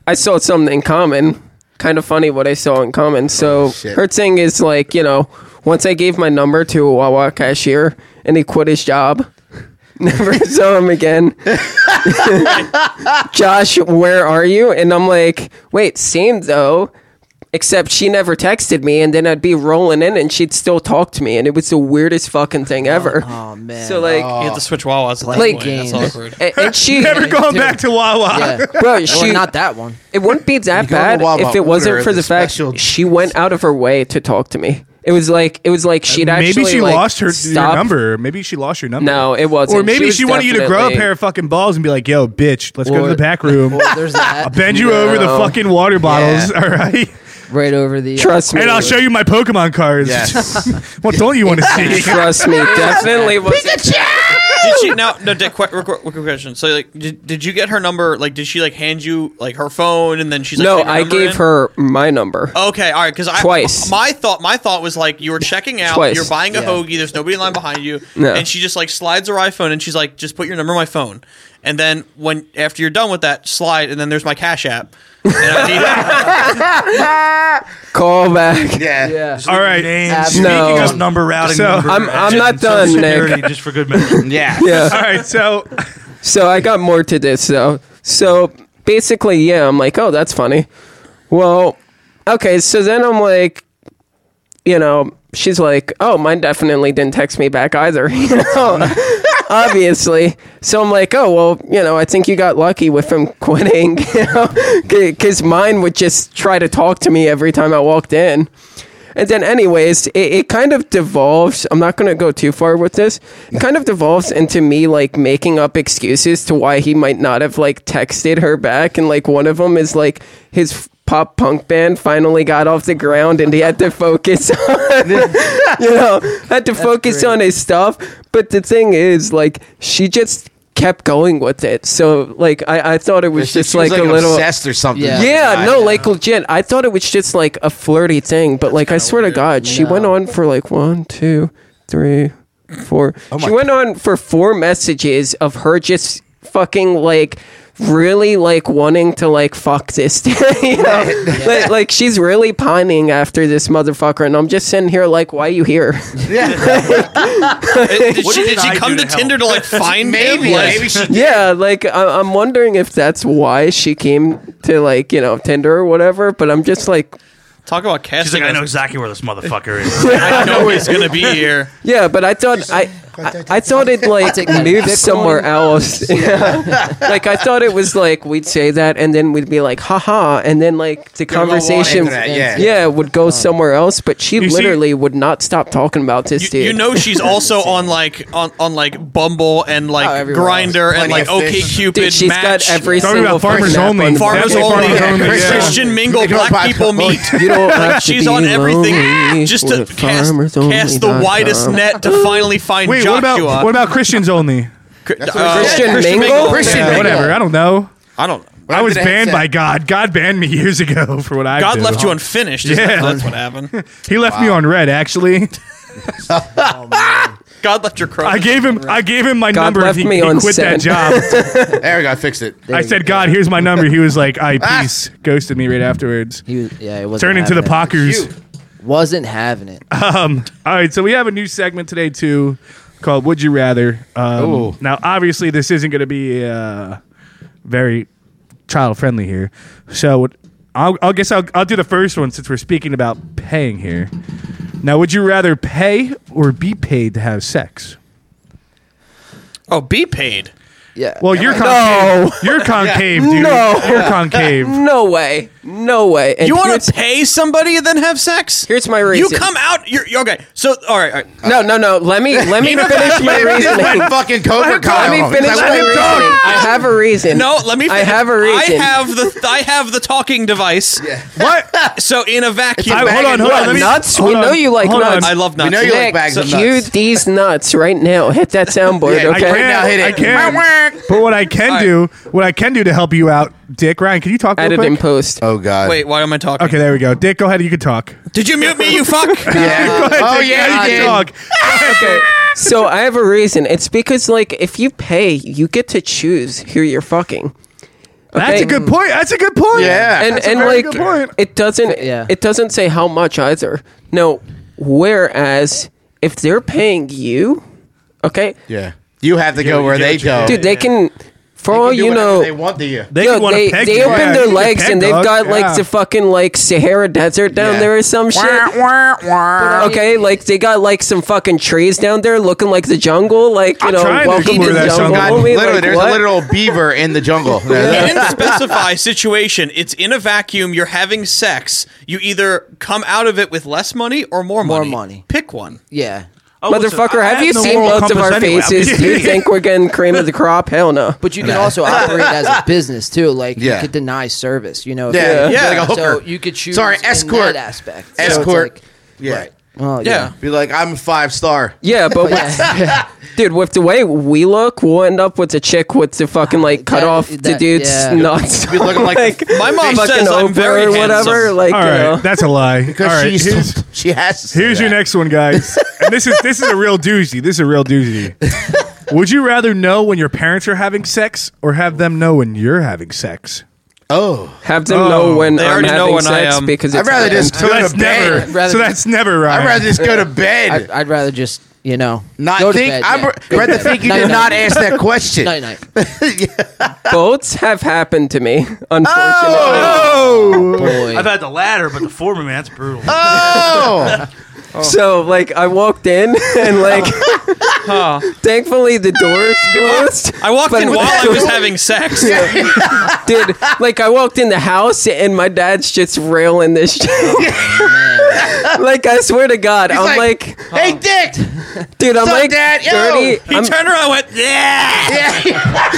I saw something in common. Kind of funny what I saw in common. So
shit.
her thing is like you know once I gave my number to a Wawa cashier and he quit his job. [laughs] Never [laughs] saw him again. Josh, where are you? And I'm like, wait, same though, except she never texted me, and then I'd be rolling in and she'd still talk to me, and it was the weirdest fucking thing ever.
Oh man.
so, like,
You have to switch Wawa's at that
Play
point. That's
games.
awkward.
a- and she,
Never going back to Wawa.
yeah.
[laughs] bro,
Well,
she,
not that one.
it wouldn't be that
go to
bad
Wawa,
if it
order
wasn't for
the
the fact
special-
she went out of her way to talk to me. It was like, it was like she'd actually
Maybe she
like,
lost her your
stop-
number. Maybe she lost your number.
No, it wasn't.
Or maybe
was
she, wanted you to grow a
definitely-
pair of fucking balls and be like, "Yo, bitch, let's go to
Or-
the back
[laughs]
room.
Well, there's that. Oh,
Bend you over the
No.
fucking water bottles, all right?
right over the. uh, [laughs]
Trust me.
And I'll show you my Pokemon cards.
Yes.
[laughs] what don't you want to see? [laughs]
Trust me, definitely wasn't.
Did she now? No, Dick. Quick, quick, quick quick question. So, like, did, did you get her number? Like, did she like hand you like her phone, and then she's like,
No,
"Take your
I
number
gave
in?"
her my number.
Oh.
Okay, all right, because I
Twice.
My thought, my thought was like you were checking out,
Twice.
you're buying a
Yeah.
hoagie. There's nobody in line behind you,
No.
and she just like slides her iPhone, and she's like, "Just put your number on my phone." And then when after you're done with that, slide, and then there's my Cash App. And
[laughs]
I need, uh,
[laughs]
Call back.
Yeah.
Yeah.
all right.
Name,
Ab-
speaking
No.
of number routing,
So-
number
I'm- I'm
matching,
not
social
done,
security,
Nick.
Just for good measure.
Yeah.
[laughs] All
Yeah.
right.
[laughs]
So
So I got more to this though. So basically, yeah, I'm like, oh, that's funny. Well, okay. So then I'm like, [laughs] you know, [laughs] she's like, oh, mine definitely didn't text me back either. You know. obviously. So I'm like, oh well, you know, I think you got lucky with him quitting, [laughs] you know, because mine would just try to talk to me every time I walked in. And then, anyways, it, it kind of devolves. I'm not going to go too far with this. It kind of devolves into me like making up excuses to why he might not have like texted her back. And like one of them is like his f- pop punk band finally got off the ground and he had to focus [laughs] on, you know, had to focus
great.
on his stuff. But the thing is, like, she just kept going with it. So like, I, I thought it was
She-
just
she was,
like, a little
obsessed or something.
Yeah.
yeah,
I-
no, like legit. I thought it was just like a flirty thing, but like I swear to God, she went on for like one, two, three, four. she went on for four messages of her just fucking like really like wanting to like fuck this [laughs] thing, you know? like, like she's really pining after this motherfucker and i'm just sitting here like why you here
Did, she,
did
did she
I
come
do
to
to help?
Tinder to
[laughs]
like find
Maybe,
him? Like,
maybe she
yeah like I- i'm wondering if that's why she came to like you know tinder or whatever but i'm just like
talk about
She's
casting.
like, I know
us.
exactly where this motherfucker is.
[laughs] I know he's gonna be here.
Yeah, but I thought I, I, I thought it like
take that
moved
Bitcoin.
somewhere
[laughs]
else. Yeah. [laughs] like I thought it was like we'd say that and then we'd be like haha and then like the
go on
conversation
into that, yeah.
yeah would go somewhere else but she
You see-
literally would not stop talking about this
You,
dude.
you know
[laughs]
she's also on like on, on like Bumble and
Oh,
like
everywhere
Grinder and like
Plenty of
OK
fish.
Cupid.
dude she's got
Match,
every
Talking
single
about farmers
fucking app
only.
on the
Farmers
Definitely
only,
farmers only, yeah.
Christian mingle,
They don't
black
buy-
people meet.
[laughs]
[laughs]
You don't
Like
have to
she's
be
on everything
lonely
just to
with
cast,
farmersonly.com.
cast the widest net to
[gasps]
finally find
Wait, what
Joshua.
about what about Christians
[laughs]
only?
Uh,
Christian mingle?
Christian
Yeah,
mingle.
whatever. I don't know.
I don't.
I was
did I
banned
say?
by God. God banned me years ago [laughs] for what I
God
do.
left you unfinished. Yeah,
Yeah.
that's what happened.
He left me on red. Actually,
God left your cross.
I gave him. I gave him my
God
number.
left
and he,
me
he
on
quit
seven.
that job.
There we go. I fixed it.
[laughs]
I said, God, here's my number. He was like, I peace. Ghosted me right afterwards.
He was, yeah, it wasn't
Turn into the
having it.
Pockers.
Wasn't having it.
All right, so we have a new segment today too, called "Would You Rather." Um, now, obviously, this isn't going to be uh, very child friendly here, so I'll, I'll guess I'll, I'll do the first one since we're speaking about paying here. Now, would you rather pay or be paid to have sex?
oh, be paid.
Yeah.
Well, you're concave. You're concave, dude.
No.
You're concave.
no way no way and
You want
here's-
to pay somebody and then have sex?
Here's my
You
reason.
come out. You're you're- okay. So all right, all right.
no no no let me let
[laughs]
me finish my reasoning
Like fucking Cobra
let
Kyle.
me finish
It's like,
my
what
reasoning
the-
I have a reason
No, let me.
I
finish.
have a reason
I have the I have the talking device.
[laughs]
What?
So in a vacuum,
I- hold on, hold on. Let me,
nuts?
hold
We know
on,
you like
hold on.
nuts.
I love
We
nuts.
know you like
Nick,
bags of
cue
nuts.
these nuts right now. Hit that soundboard,
Yeah, I
okay?
I can,
now, hit
I
it.
can. But what I can
right.
do, what I can do to help you out, Dick Ryan, can you talk? real
Edit
quick?
and post.
Oh god.
Wait, why am I talking?
Okay, there we go. Dick, go ahead. You can talk.
[laughs]
Did you mute me? You fuck.
Go ahead,
oh
Dick,
yeah,
you
he
can
did.
talk.
Okay. So I have a reason. It's because like if you pay, you get to choose who you're fucking.
That's a
Okay?
good point. That's a good point.
Yeah.
and
That's a
and
very
like
good point.
it doesn't
Yeah.
it doesn't say how much either. No. Whereas if they're paying you, okay,
Yeah. You have to go where they go.
dude, they can. For
They
all
can do
you
whatever
know,
they want to you.
They
Yo,
can wanna
they,
peg
they
you.
open
Yeah,
their
you can
legs
peg
and they've
dog.
got like
Yeah.
the fucking like Sahara Desert down
Yeah.
there or some shit. Okay, like they got like some fucking trees down there looking like the jungle, like you
I'm
know,
trying to
welcome
explore
to
that
the jungle.
jungle.
God,
Well,
Homie,
literally,
like,
there's
what?
a literal beaver in
[laughs]
the jungle.
It didn't specify situation. It's in a vacuum. You're having sex. You either come out of it with less money or more money.
money.
Pick one.
yeah.
Oh, listen,
Motherfucker,
I
have you
no
seen
moral
both of
compass
our
anyway. I mean,
faces? Do you think we're getting cream of the crop? Hell no.
But you can also operate as a business too. Like
Yeah.
you could deny service. You know. if
Yeah,
you're-
yeah, like a
So
hooker.
you could choose.
Sorry,
in
escort.
that aspect. So it's
[laughs] Escort.
like,
Yeah.
well, yeah.
Yeah.
Be like, I'm five star.
[laughs]
Yeah, but with- dude, with the way we look, we'll end up with a chick with the fucking like cut
Ah, That-
off the
that-
dude's
yeah.
[laughs] nuts.
Be looking like,
My mom
fucking
says I'm
over
very
or
handsome.
whatever. Like,
All
you
right,
know.
that's a lie. All
because
right,
she's
here's,
[laughs] she has. to say
here's your
that.
next one, guys. and this is this is a real doozy. This is a real
[laughs]
doozy. Would you rather know when your parents are having sex or have them know when you're having sex?
Oh,
Have them
Oh,
know when
they
I'm
already know
having
when I
sex
am.
because it's
I'd rather just
So
go
that's
to bed.
never.
Rather-
so that's never right.
I'd rather just go to
I'd,
bed.
I'd rather just you know
Not
go to
think.
bed,
I'd
yeah.
ra-
[laughs]
rather think you did not ask that question.
Night night.
Both have happened to me, [laughs] unfortunately.
Oh,
I've had the latter, but the former man,
Uh,
that's brutal.
Oh,
[laughs] So like I walked in and like [laughs] Thankfully, the door
[laughs]
is closed.
I walked
But
in
with
while I
[laughs] the
was
door-
having sex.
dude. Like I walked in the house and my dad's just railing this
Oh,
shit. [laughs] like I swear to God, I'm like,
hey, Dick.
dude, I'm
What's up,
like
Dad? Yo!
thirty.
He
I'm,
turned around and went, yeah.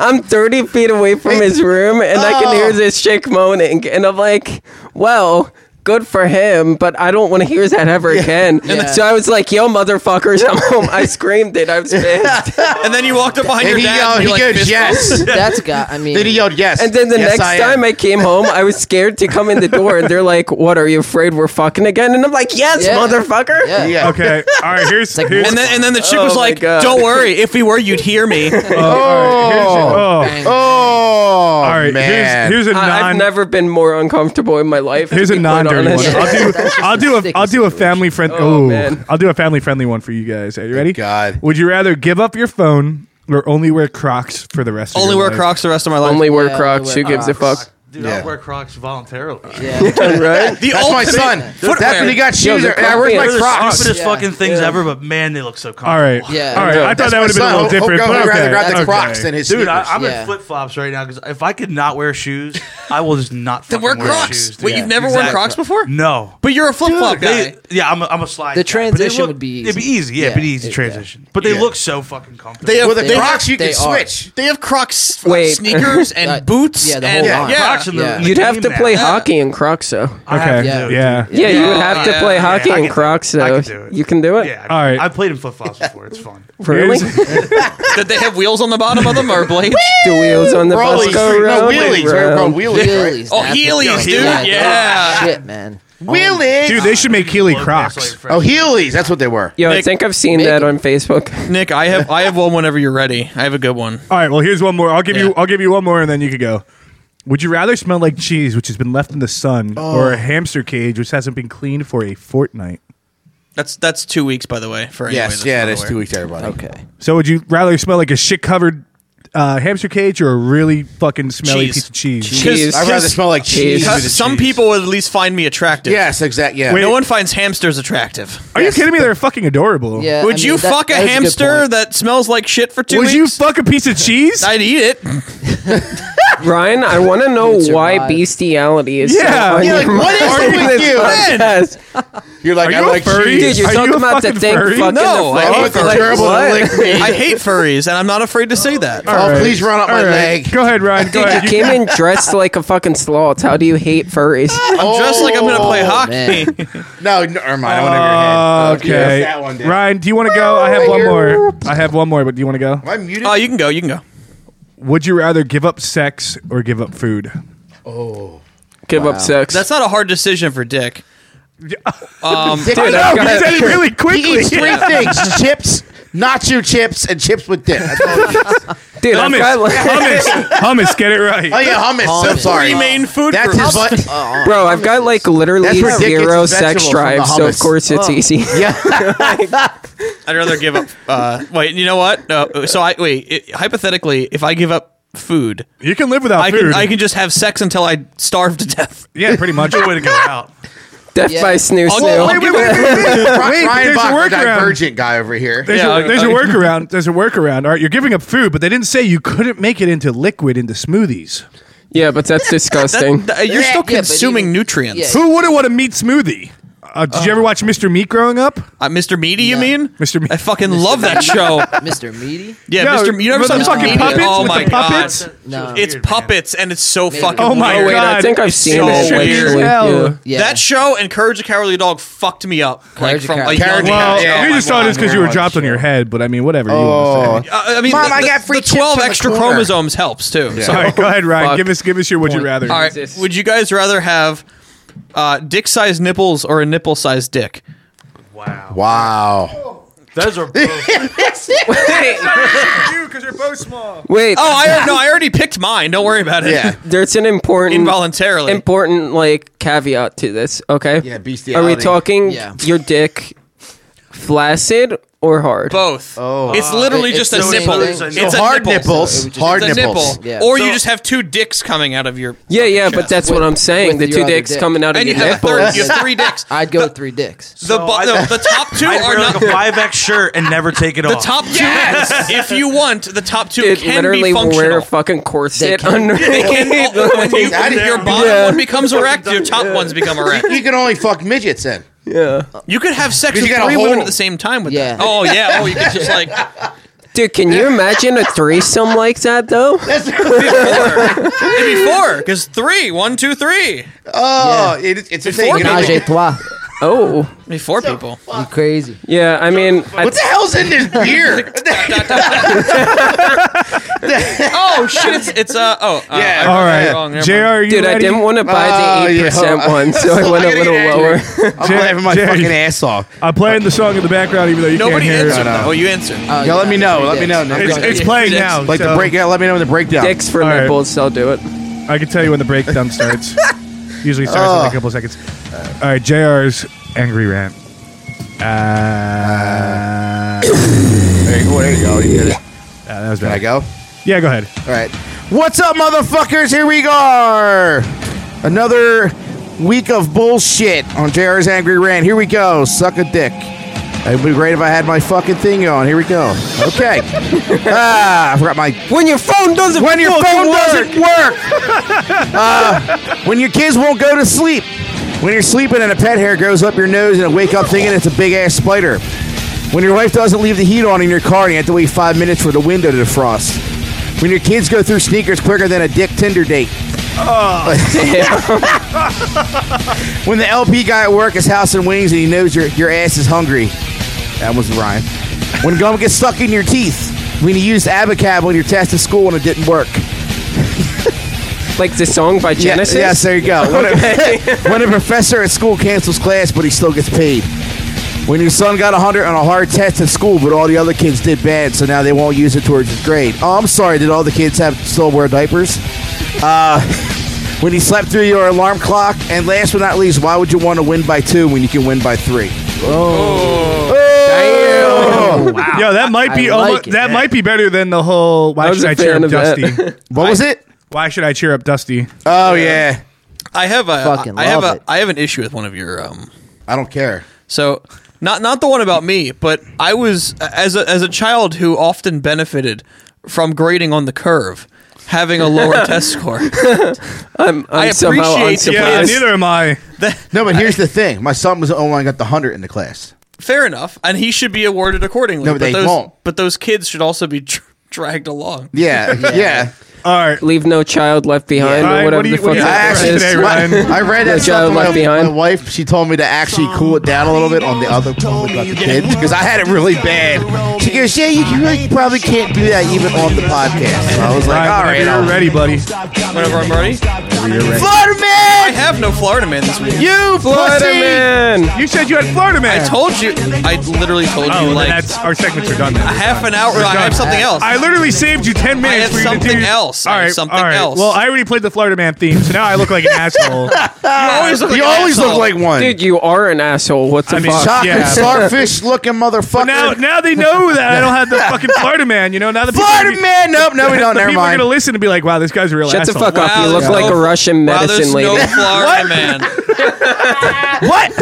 I'm thirty feet away from his room and I
Oh.
can hear this chick moaning, and I'm like, well. Good for him, but I don't want to hear that ever again. So I was like, "Yo, motherfuckers, I'm home!" I screamed it. I was
[laughs]
pissed.
And then you walked up behind
And
your
he,
dad.
yelled,
and
he
you, like,
goes,
fist
yes.
That's got. I mean,
then he yelled, yes.
And then the
Yes,
next
I am.
time I came home, I was scared to come in the door, and they're like, "What are you afraid we're fucking again?" And I'm like, "Yes,
Yeah.
motherfucker."
yeah.
Yeah.
Okay. All right. Here's
like
here's.
[laughs] And then, and then the chick
Oh
was
my
like,
God.
"Don't worry, if we were, you'd hear
[laughs]
me."
oh, all right, here's
Oh.
a- oh.
Bang.
Oh,
All right.
man.
Here's, here's a non.
I, I've never been more uncomfortable in my life.
Here's
to
a
be quite
non-dirty one.
honest.
I'll do. I'll do a.
sick
I'll do a family friend.
Oh,
Oh,
man.
I'll do a family friendly one for you guys. Are you ready?
God.
Would you rather give up your phone or only wear Crocs for the rest?
Only
of your
wear
life?
Crocs the rest of my life.
Only wear
Yeah,
Crocs.
only
Who
wear
gives a
Crocs.
fuck?
Dude,
Yeah.
I'll wear Crocs voluntarily.
[laughs]
yeah.
[laughs]
right?
The
That's my
ultimate [laughs]
son. That's
footwear.
when he got
Yo,
shoes.
they're
Yeah, where's
They're
my
the
Crocs?
stupidest
Yeah.
fucking things ever, but man, they look so comfortable.
All right.
Yeah.
All right. I thought that would have been a little different.
Oh, I'd
but okay.
rather grab the
Okay.
Crocs than his
Dude,
sneakers.
I, I'm
Yeah.
in flip flops right now because if I could not wear shoes, I will just not
Then
fucking wear
wear Crocs.
shoes. dude.
Wait, you've never worn
Exactly.
Crocs before?
No.
But you're a flip flop guy.
They- yeah, I'm a, I'm a slide.
The
guy, but they
transition
look-
would be
It'd be
easy.
easy. Yeah, it'd be
Yeah,
an easy
it-
transition. But they
Yeah.
low look so fucking comfortable.
They have,
With the
they,
Crocs, you
they
can
are.
switch.
they have Crocs
Wait.
sneakers and
That- [laughs]
boots.
yeah, the
and,
whole line.
Yeah.
Crocs in the,
Yeah.
in the
You'd have
game
to
now.
play hockey in Crocs, though.
I have
Okay.
to do it,
Yeah.
dude.
Yeah, you would
Yeah.
have to
Yeah.
play
Yeah,
hockey
I
in
can do
Crocs,
it. I
though.
can do it.
You can do it.
Yeah.
All right.
I played in flip flops before. It's fun.
Really?
Here's-
Did they have wheels on the bottom of them or blades?
[laughs] the wheels on the bus
Rollies.
go
No,
round
wheelies.
and
We're
round.
called wheelies.
Heelys,
[laughs] Oh,
that's what-
Heelys, dude, yeah.
oh, shit, man.
Wheelies.
Dude, they should make Keely Crocs.
Oh, Heelys. That's what they were.
Yo, I
Nick-
think I've seen
Make
that
it.
on Facebook. [laughs]
Nick, I have I have one whenever you're ready. I have a good one.
All right. Well, here's one more. I'll give you.
Yeah.
I'll give you one more, and then you could go. Would you rather smell like cheese, which has been left in the sun, or a hamster cage, which hasn't been cleaned for a fortnight?
That's that's two weeks, by the way. For anybody
Yes, yeah,
not
that's
aware.
two weeks, everybody.
Okay.
So, would you rather smell like a shit covered uh, hamster cage or a really fucking smelly
Cheese.
piece of cheese?
Cheese.
I'd rather smell like cheese.
Cheese.
than
Because
cheese.
Some people would at least find me attractive.
Yes, exactly. Yeah.
Wait,
No one finds hamsters attractive.
Are you kidding me? They're fucking adorable.
Yeah.
Would
I mean,
you
that-
fuck a
that is good
hamster
point.
that smells like shit for two
Would
weeks?
you fuck a piece of cheese?
I'd eat it.
Ryan, I want to know
Dude,
why
survive.
bestiality is
Yeah.
so on
Yeah,
like,
your
what is
mind
it
in
with
this
you?
podcast.
You're like,
Are
I
you a
like
furry?
cheese.
Dude, you're
Are
talking
you a
about the
fucking
thing
furry?
fucking
No,
the
I
fuck,
Oh, it's a
like,
terrible
what?
lick me.
I hate furries, and I'm not afraid to say that.
Oh, please run up my
All right.
leg.
Go ahead, Ryan. Go
Dude,
ahead.
you
You-
came in dressed like a fucking sloth. How do you hate furries?
Oh,
Just like I'm gonna play hockey.
man.
[laughs]
No, no, never mind. I want to
Uh,
have your head.
okay.
Yes, that one did.
Ryan, do you want to go? I have one more. I have one more, but do you want to go?
Am I muted?
Oh, you can go. You can go.
Would you rather give up sex or give up food?
Give up sex.
That's not a hard decision for Dick.
Dick,
dude,
no,
I've
he
got-
said it really
he
quickly. [laughs]
eats three things: chips, nacho chips, and chips with dip. That's all he eats.
Dude, I've
Hummus.
got, like,
hummus. Hummus. Get it
Oh
right.
yeah, hummus. So
Hummus.
sorry.
Three main food
That's
groups.
his butt.
[laughs] bro, I've got like literally
That's where Dick gets
zero
his
sex
vegetables from the
drive, so of
hummus.
course it's easy. [laughs]
Yeah.
I'd rather give up. Uh, wait, you know what? No, so I wait. It, hypothetically, if I give up food,
You can live without
I
food.
can I can just have sex until I starve to death.
yeah, pretty much.
Good way to go out.
Death
Yeah.
by snoo
I'll-
snoo.
I'll give it-
Wait,
Ryan
there's a
Bach, the
workaround.
divergent guy over here.
There's,
Yeah,
a,
okay.
there's a workaround. There's a workaround. All right, you're giving up food, but they didn't say you couldn't make it into liquid into smoothies.
Yeah, but that's
[laughs]
disgusting.
That- you're
Yeah,
still
but
consuming
even-
nutrients.
yeah.
Who wouldn't want a meat smoothie? Uh, did you ever watch Mr. Meat growing up?
Uh, Mr. Meaty, you
No.
mean?
Mr. Meaty.
I fucking love
[laughs]
that show.
Mr. Meaty.
Yeah,
No,
Mr. You never
with
saw
the
Mr.
fucking
Meaty?
puppets?
oh
With
my
the puppets?
god,
No.
Weird,
it's
man.
puppets and it's so
Maybe.
fucking.
Oh my
oh,
weird.
wait, I
God,
think I've
it's
seen
so
it.
weird.
Actually.
Hell.
Yeah.
Yeah.
That show and Courage the Cowardly Dog fucked me up.
Courage
like
the
from a
Cowardly
young
Dog.
age.
Well,
Well,
Yeah,
we just
I
thought it's because you
were
were
on
dropped
the
on your
show.
head, but I mean, whatever you
Oh,
want to say.
Uh, I mean,
Mom,
the,
I got
the-
free
the
chips
twelve
from the
extra
corner.
chromosomes helps too. So.
All right, go ahead, Ryan.
Fuck.
Give us, give us your. Would you rather?
Oh. All right,
Jesus.
would you guys rather have uh, dick-sized nipples or a nipple-sized dick?
Wow.
Wow.
Those are both.
because they're both small.
Wait,
Oh, I no, I already picked mine. Don't worry about it.
Yeah.
there's an
[laughs]
important
involuntarily.
important like caveat to this. Okay.
Yeah, bestiality.
Are we talking
Yeah.
your dick flaccid or hard?
Both. Oh, it's literally
It-
just
it's
a
the
nipple.
same
It's
thing.
a
So hard
nipple.
nipples,
So it would just-
hard
It's a
nipples.
nipple.
Yeah.
Or you
So-
just have two dicks coming out of your
Yeah,
fucking
yeah, but
chest.
that's
With-
what I'm saying.
with
The
your
two
other
dicks
dick.
coming out of
and you
your
have a
nipples.
third. You have three dicks.
I'd go three dicks.
The, bo-
I-
the, the top two
I'd
are
wear
not
like a five X shirt and never take it
the
off.
top two. if you want, the top two
It
can
literally
be
will
functional.
wear a fucking corset
can-
underneath.
They
[laughs]
can- when you-
That is-
your bottom
Yeah.
one becomes erect, your top ones become erect.
[laughs] You can only fuck midgets then.
yeah.
You could have sex
You
with
gotta
three
hold
women at
them.
the same time with
Yeah.
that. Oh yeah. Oh, you could just like
Dude, can you imagine a threesome like that though?
four. Maybe four, because three. One, two, three.
Oh, it, it's a thing. You know,
Menage a
like-
trois.
Oh.
Maybe four people.
You crazy.
Yeah, I mean, I,
what the hell's in
[laughs]
this beer?
Oh shit! It's, it's uh oh. Uh,
Yeah.
I
All
wrote that
right,
wrong, never
Jr.
mind.
Are you
dude, I
ready?
didn't want to buy
Oh,
the
yeah.
eight percent one, so I went a little lower.
I'm laughing my
Jerry.
fucking ass off.
I'm playing the song in the background, even though you
Nobody
can't hear
answered.
it.
though. Oh, you answered.
Oh,
Yeah, let me know,
three
let me
dicks.
know, Nick.
I'm
It's,
going
it's
three
playing
Dicks.
now.
Like the
so
breakout. Let me know when the breakdown.
Dicks for
All right.
nipples, I'll do it.
I can tell you when the breakdown
[laughs]
starts. Usually starts
Oh.
in like a couple seconds. All right, Jr's angry rant. Uh,
There you go. There you go. You did it.
yeah, that was
Can I
bad.
go?
Yeah, go ahead.
All right. What's up, motherfuckers? Here we are. Another week of bullshit on JR's Angry Rant. Here we go. Suck a dick. It'd be great if I had my fucking thing on. Here we go. Okay. ah, I forgot my
When your phone doesn't
when your
fucking
phone
work.
doesn't work,
[laughs]
Uh, when your kids won't go to sleep, when you're sleeping and a pet hair goes up your nose and you wake up thinking it's a big ass spider, when your wife doesn't leave the heat on in your car and you have to wait five minutes for the window to defrost, when your kids go through sneakers quicker than a dick Tinder date.
Oh.
[laughs] when the LP guy at work is housing wings and he knows your, your ass is hungry. That was Ryan. When gum gets stuck in your teeth. When you used Abacab on your test at school and it didn't work.
Like the song by
Yeah,
Genesis.
yes, there you go. When, a, [laughs] when a professor at school cancels class, but he still gets paid. When your son got 100 on a hard test at school, but all the other kids did bad, so now they won't use it towards his grade. Oh, I'm sorry. Did all the kids have still wear diapers? Uh, [laughs] when he slept through your alarm clock, and last but not least, why would you want to win by two when you can win by three? Oh,
Yo, that might be
I like
almost,
it.
that might be better than the whole. Why
I was
should
a
I cheer
fan
up
of that.
Dusty?
[laughs]
what was it?
Why should I cheer up Dusty?
Oh yeah,
I have a.
Fucking
I have
love
a.
it.
I have an issue with one of your um
I don't care.
So not not the one about me, but I was as a, as a child who often benefited from grading on the curve, having a lower test score.
I'm, I'm
I
somehow
appreciate the-
Yeah,
unsurprised.
neither am I.
No, but here's the thing. My son was the only one that got the hundred in the class.
Fair enough, and he should be awarded accordingly.
No, they
those,
won't.
But those kids should also be dr- dragged along.
[laughs] Yeah, yeah.
All right.
Leave no child left
Ryan,
behind, or
what
whatever
do you-
the
what
fuck
do you
I
that
think
actually
is.
today,
[laughs]
Ryan?
my- I read that
The
stuff
child
to
left
my,
behind.
my wife. She told me to actually cool it down a little bit on the other one about the kid because I had it really bad. She goes, "Yeah, you can really probably can't do that even on the podcast." So I was like,
Ryan,
"All
whenever
right, I'll-
you're ready, buddy.
Whenever I'm ready,
Florida
I
man,
have no Florida man this week.
you
Florida
pussy!"
man.
You said you had Florida man.
I told you. I literally told
Oh,
you
well, then
like
that's our segments are done. Then.
half an hour. I have something else.
I literally saved you ten minutes.
have
for you to
something
do-
else. I
All
have
right,
something
all right.
else.
Well, I already played the Florida man theme, so now I look like an asshole.
you always look
You
like an
always look
asshole.
like one.
Dude, you are an asshole. What the
I mean,
fuck?
Chocolate
yeah.
starfish looking motherfucker.
now, now they know that I don't have the fucking Florida man. You know, now the people are
Florida
gonna-
man. Nope, no, we
the
don't. Never
[laughs] people are
mind.
gonna listen and be like, "Wow, this guy's a real
Shut the
asshole."
fuck up.
Wow,
you look
there's
like
no-
a Russian
Wow,
medicine
there's
lady.
no Florida man.
What?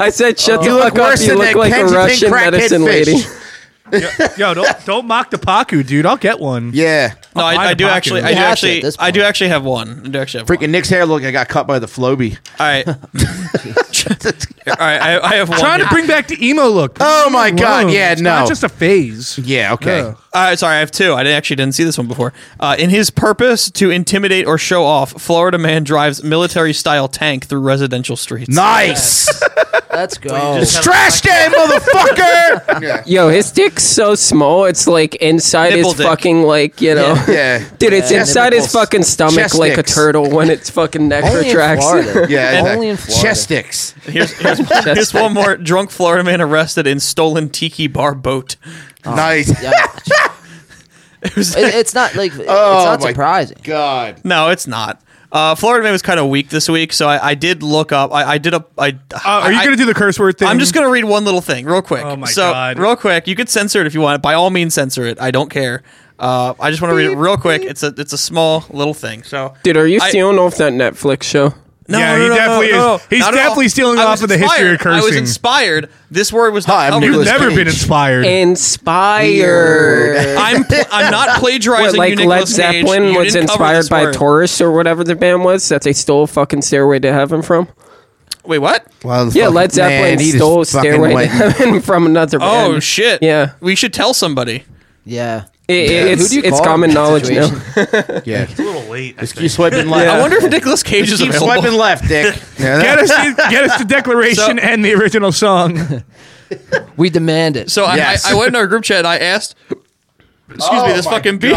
I said, shut
You
the
look
fuck up.
worse
You
than
look
that
like a
Kensington
Russian
crackhead
medicine
fish.
lady.
[laughs] Yo, don't don't mock the Paku, dude. I'll get one.
Yeah.
No, I,
Find
I
a
do
pocket.
actually. I
You
do
have to
actually.
at this
I do
point.
actually have one. I do actually have
Freaking Nick's hair look like I got cut by the Floby.
All
[laughs]
right. [laughs] All right. I, I have one.
Trying to
here.
bring back the emo look.
Oh my god.
Alone.
Yeah,
It's
no.
not just a phase. Uh,
Yeah, okay.
Ugh.
All right, Uh, sorry, I have two. I didn't- actually didn't see this one before. Uh, in his purpose to intimidate or show off, Florida man drives military-style tank through residential streets.
Nice.
Let's go.
It's trash day, motherfucker. yeah.
Yo, his dick's so small. It's like inside
Nipple
his
dick.
fucking like you know.
Yeah.
[laughs] Dude, it's
Yeah,
inside his
nipples.
fucking stomach
Chest
like
dicks.
a turtle when its fucking neck
Only in
retracts.
Florida.
[laughs] Yeah,
Only in Florida.
Chest sticks.
Here's, here's, here's one more. Drunk Florida man arrested in stolen tiki bar boat. [laughs]
nice.
Yeah. It- it's not like it's
Oh
not
my
surprising.
God.
[laughs] No, it's not. Uh, Florida Man was kind of weak this week, so I, I did look up. I, I did a. I,
Uh, are you going to do the curse word thing?
I'm just gonna read one little thing real quick.
Oh my
so,
God.
Real quick, you could censor it if you want. By all means, censor it. I don't care. Uh, I just want to read it real quick. It's a it's a small little thing. So,
Dude, are you
I-
stealing off that
[clears throat]
Netflix show?
No,
Yeah,
no,
he
no, no,
definitely
no,
is.
no.
He's
Not at all.
definitely stealing
I was
off of the history of
inspired. I was
cursing.
inspired. This word was not
Hi, I'm
covered.
You've
Nicolas
never
Cage.
been inspired.
Inspired.
I'm pl-
[laughs]
I'm not plagiarizing
What,
you,
like Led
Nicolas Cage.
Zeppelin
You
was
didn't cover
inspired
this
by
word.
Taurus or whatever the band was that they stole fucking Stairway to Heaven from?
Wait, what?
Well,
Yeah,
fuck-
Led Zeppelin
man, he just
stole
fucking
Stairway to
went-
Heaven [laughs] from another band.
Oh shit!
Yeah.
we should tell somebody.
Yeah.
It- it-
Yeah.
it's-
Who do you
it's
call
common
in that
knowledge now.
situation?
Yeah.
[laughs] It's a little late. I
Just keep
think.
swiping
[laughs]
left.
I wonder if Nicolas Cage is
Keep
available.
swiping left, Dick.
Get
Yeah, that-
us, the, get us the declaration
So-
and the original song.
We demand it.
[laughs] So I-
Yes.
I, I went in our group chat and I asked, excuse
Oh
me, this fucking beer.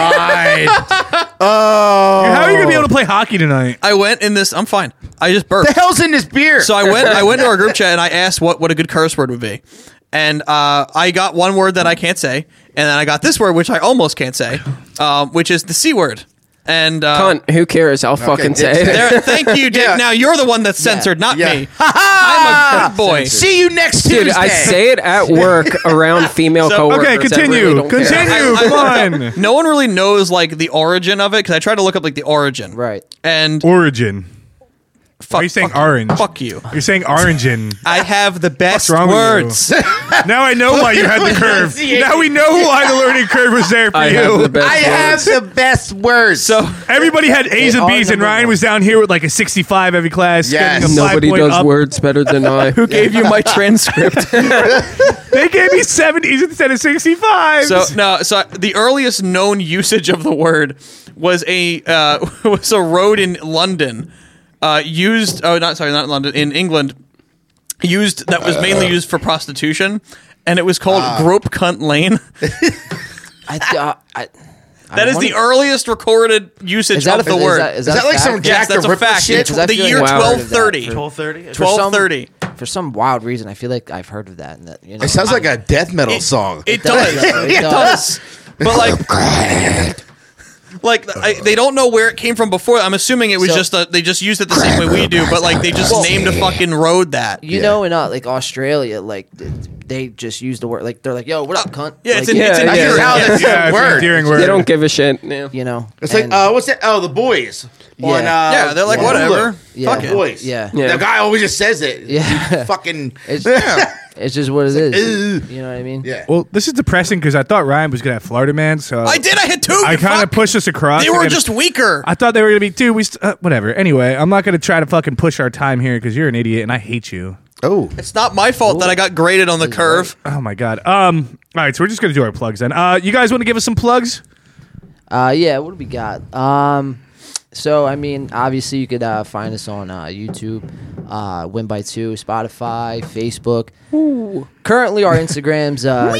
Oh.
How are you going to be able to play hockey tonight?
[laughs] I went in this, I'm fine. I just burped.
the hell's in this beer?
[laughs] So I went I went to our group chat and I asked what, what a good curse word would be. And uh, I got one word that I can't say, and then I got this word which I almost can't
[laughs]
say, um, which is the C word. And uh,
Cunt, who cares? I'll fucking say
dipshit.
it.
there- thank
[laughs]
you, Dick.
Yeah.
Now you're the one that's censored, not
Yeah. [laughs]
me. I'm a good boy.
See you next Tuesday.
Dude, I say it at work around female
So-
coworkers.
Okay,
I
continue.
really don't care.
continue.
I- I-
come on.
No one really knows like the origin of it because I tried to look up like the origin,
Right.
And
Origin.
fuck,
Are you saying
fuck you.
orange?
Fuck you.
You're saying origin.
I have the best
wrong with you?
words.
now I know why you had the curve. Now we know why the learning curve was there for
I have
you.
the best
I have
words.
the best words.
so
[laughs] Everybody had A's and
are
B's, and
number
Ryan
one.
was down here with like a 65 every class.
Yes.
getting a five
Nobody
point
does
up.
words better than I.
who gave you my transcript?
They gave me 70s instead of 65s.
so no, so the earliest known usage of the word was a uh, [laughs] was a road in London uh, used. Oh, not sorry, not in London, in England used that was mainly
Uh.
used for prostitution. And it was called
Ah.
Grope Cunt Lane.
I, uh, I,
That is the earliest recorded usage
Is that
of
a-
the
is
word.
that- is
Is
that
that
a
like some
fact?
Yes,
Jack the
that's a
Ripper
fact.
shit?
It's the
Because I feel
year
like I've heard of that
1230.
for-
12:30?
For
For some-
1230.
for some wild reason, I feel like I've heard of that. And that you know,
it sounds like a death metal
It-
song.
It does.
does.
it
It
does. But like, like I, they don't know where it came from before. I'm assuming it was
So-
just a, they just used it the same way we do. But like they just named a fucking road that.
you know, in uh, like Australia, like th- they just use the word like they're like, "Yo, what up, cunt?"
Yeah, it's
like,
an, it's an
yeah,
ear-
yeah.
[laughs]
How
yeah.
this-
yeah, it's
Word.
an endearing word.
They don't give a shit. Yeah.
you know,
It's like
and-
uh, what's that? Oh, the boys. On, uh,
Yeah.
Yeah, they're like,
Hulu.
whatever.
Yeah.
Fuck
The
it.
boys.
Yeah.
Yeah.
The guy always just says it.
Yeah.
You fucking.
[laughs] It's-
[laughs] yeah. uh.
it's just what it is.
"Ugh."
you know what I mean?
Yeah.
Well, this is depressing because I thought Ryan was good at Florida Man, so
I did. I had two.
I
you
kind of
fuck.
pushed us across.
They
I
were
gotta-
just weaker.
I thought they were gonna be dude. We st- uh, whatever. Anyway, I'm not gonna try to fucking push our time here because you're an idiot and I hate you.
Oh.
It's not my fault that I got graded on the curve.
Oh my god. Um. All right, so we're just gonna do our plugs then. Uh, you guys want to give us some plugs?
Uh, yeah, what do we got? Um, so I mean, obviously you could uh, find us on uh, YouTube, uh, Win by Two, Spotify, Facebook. Currently, our Instagrams uh,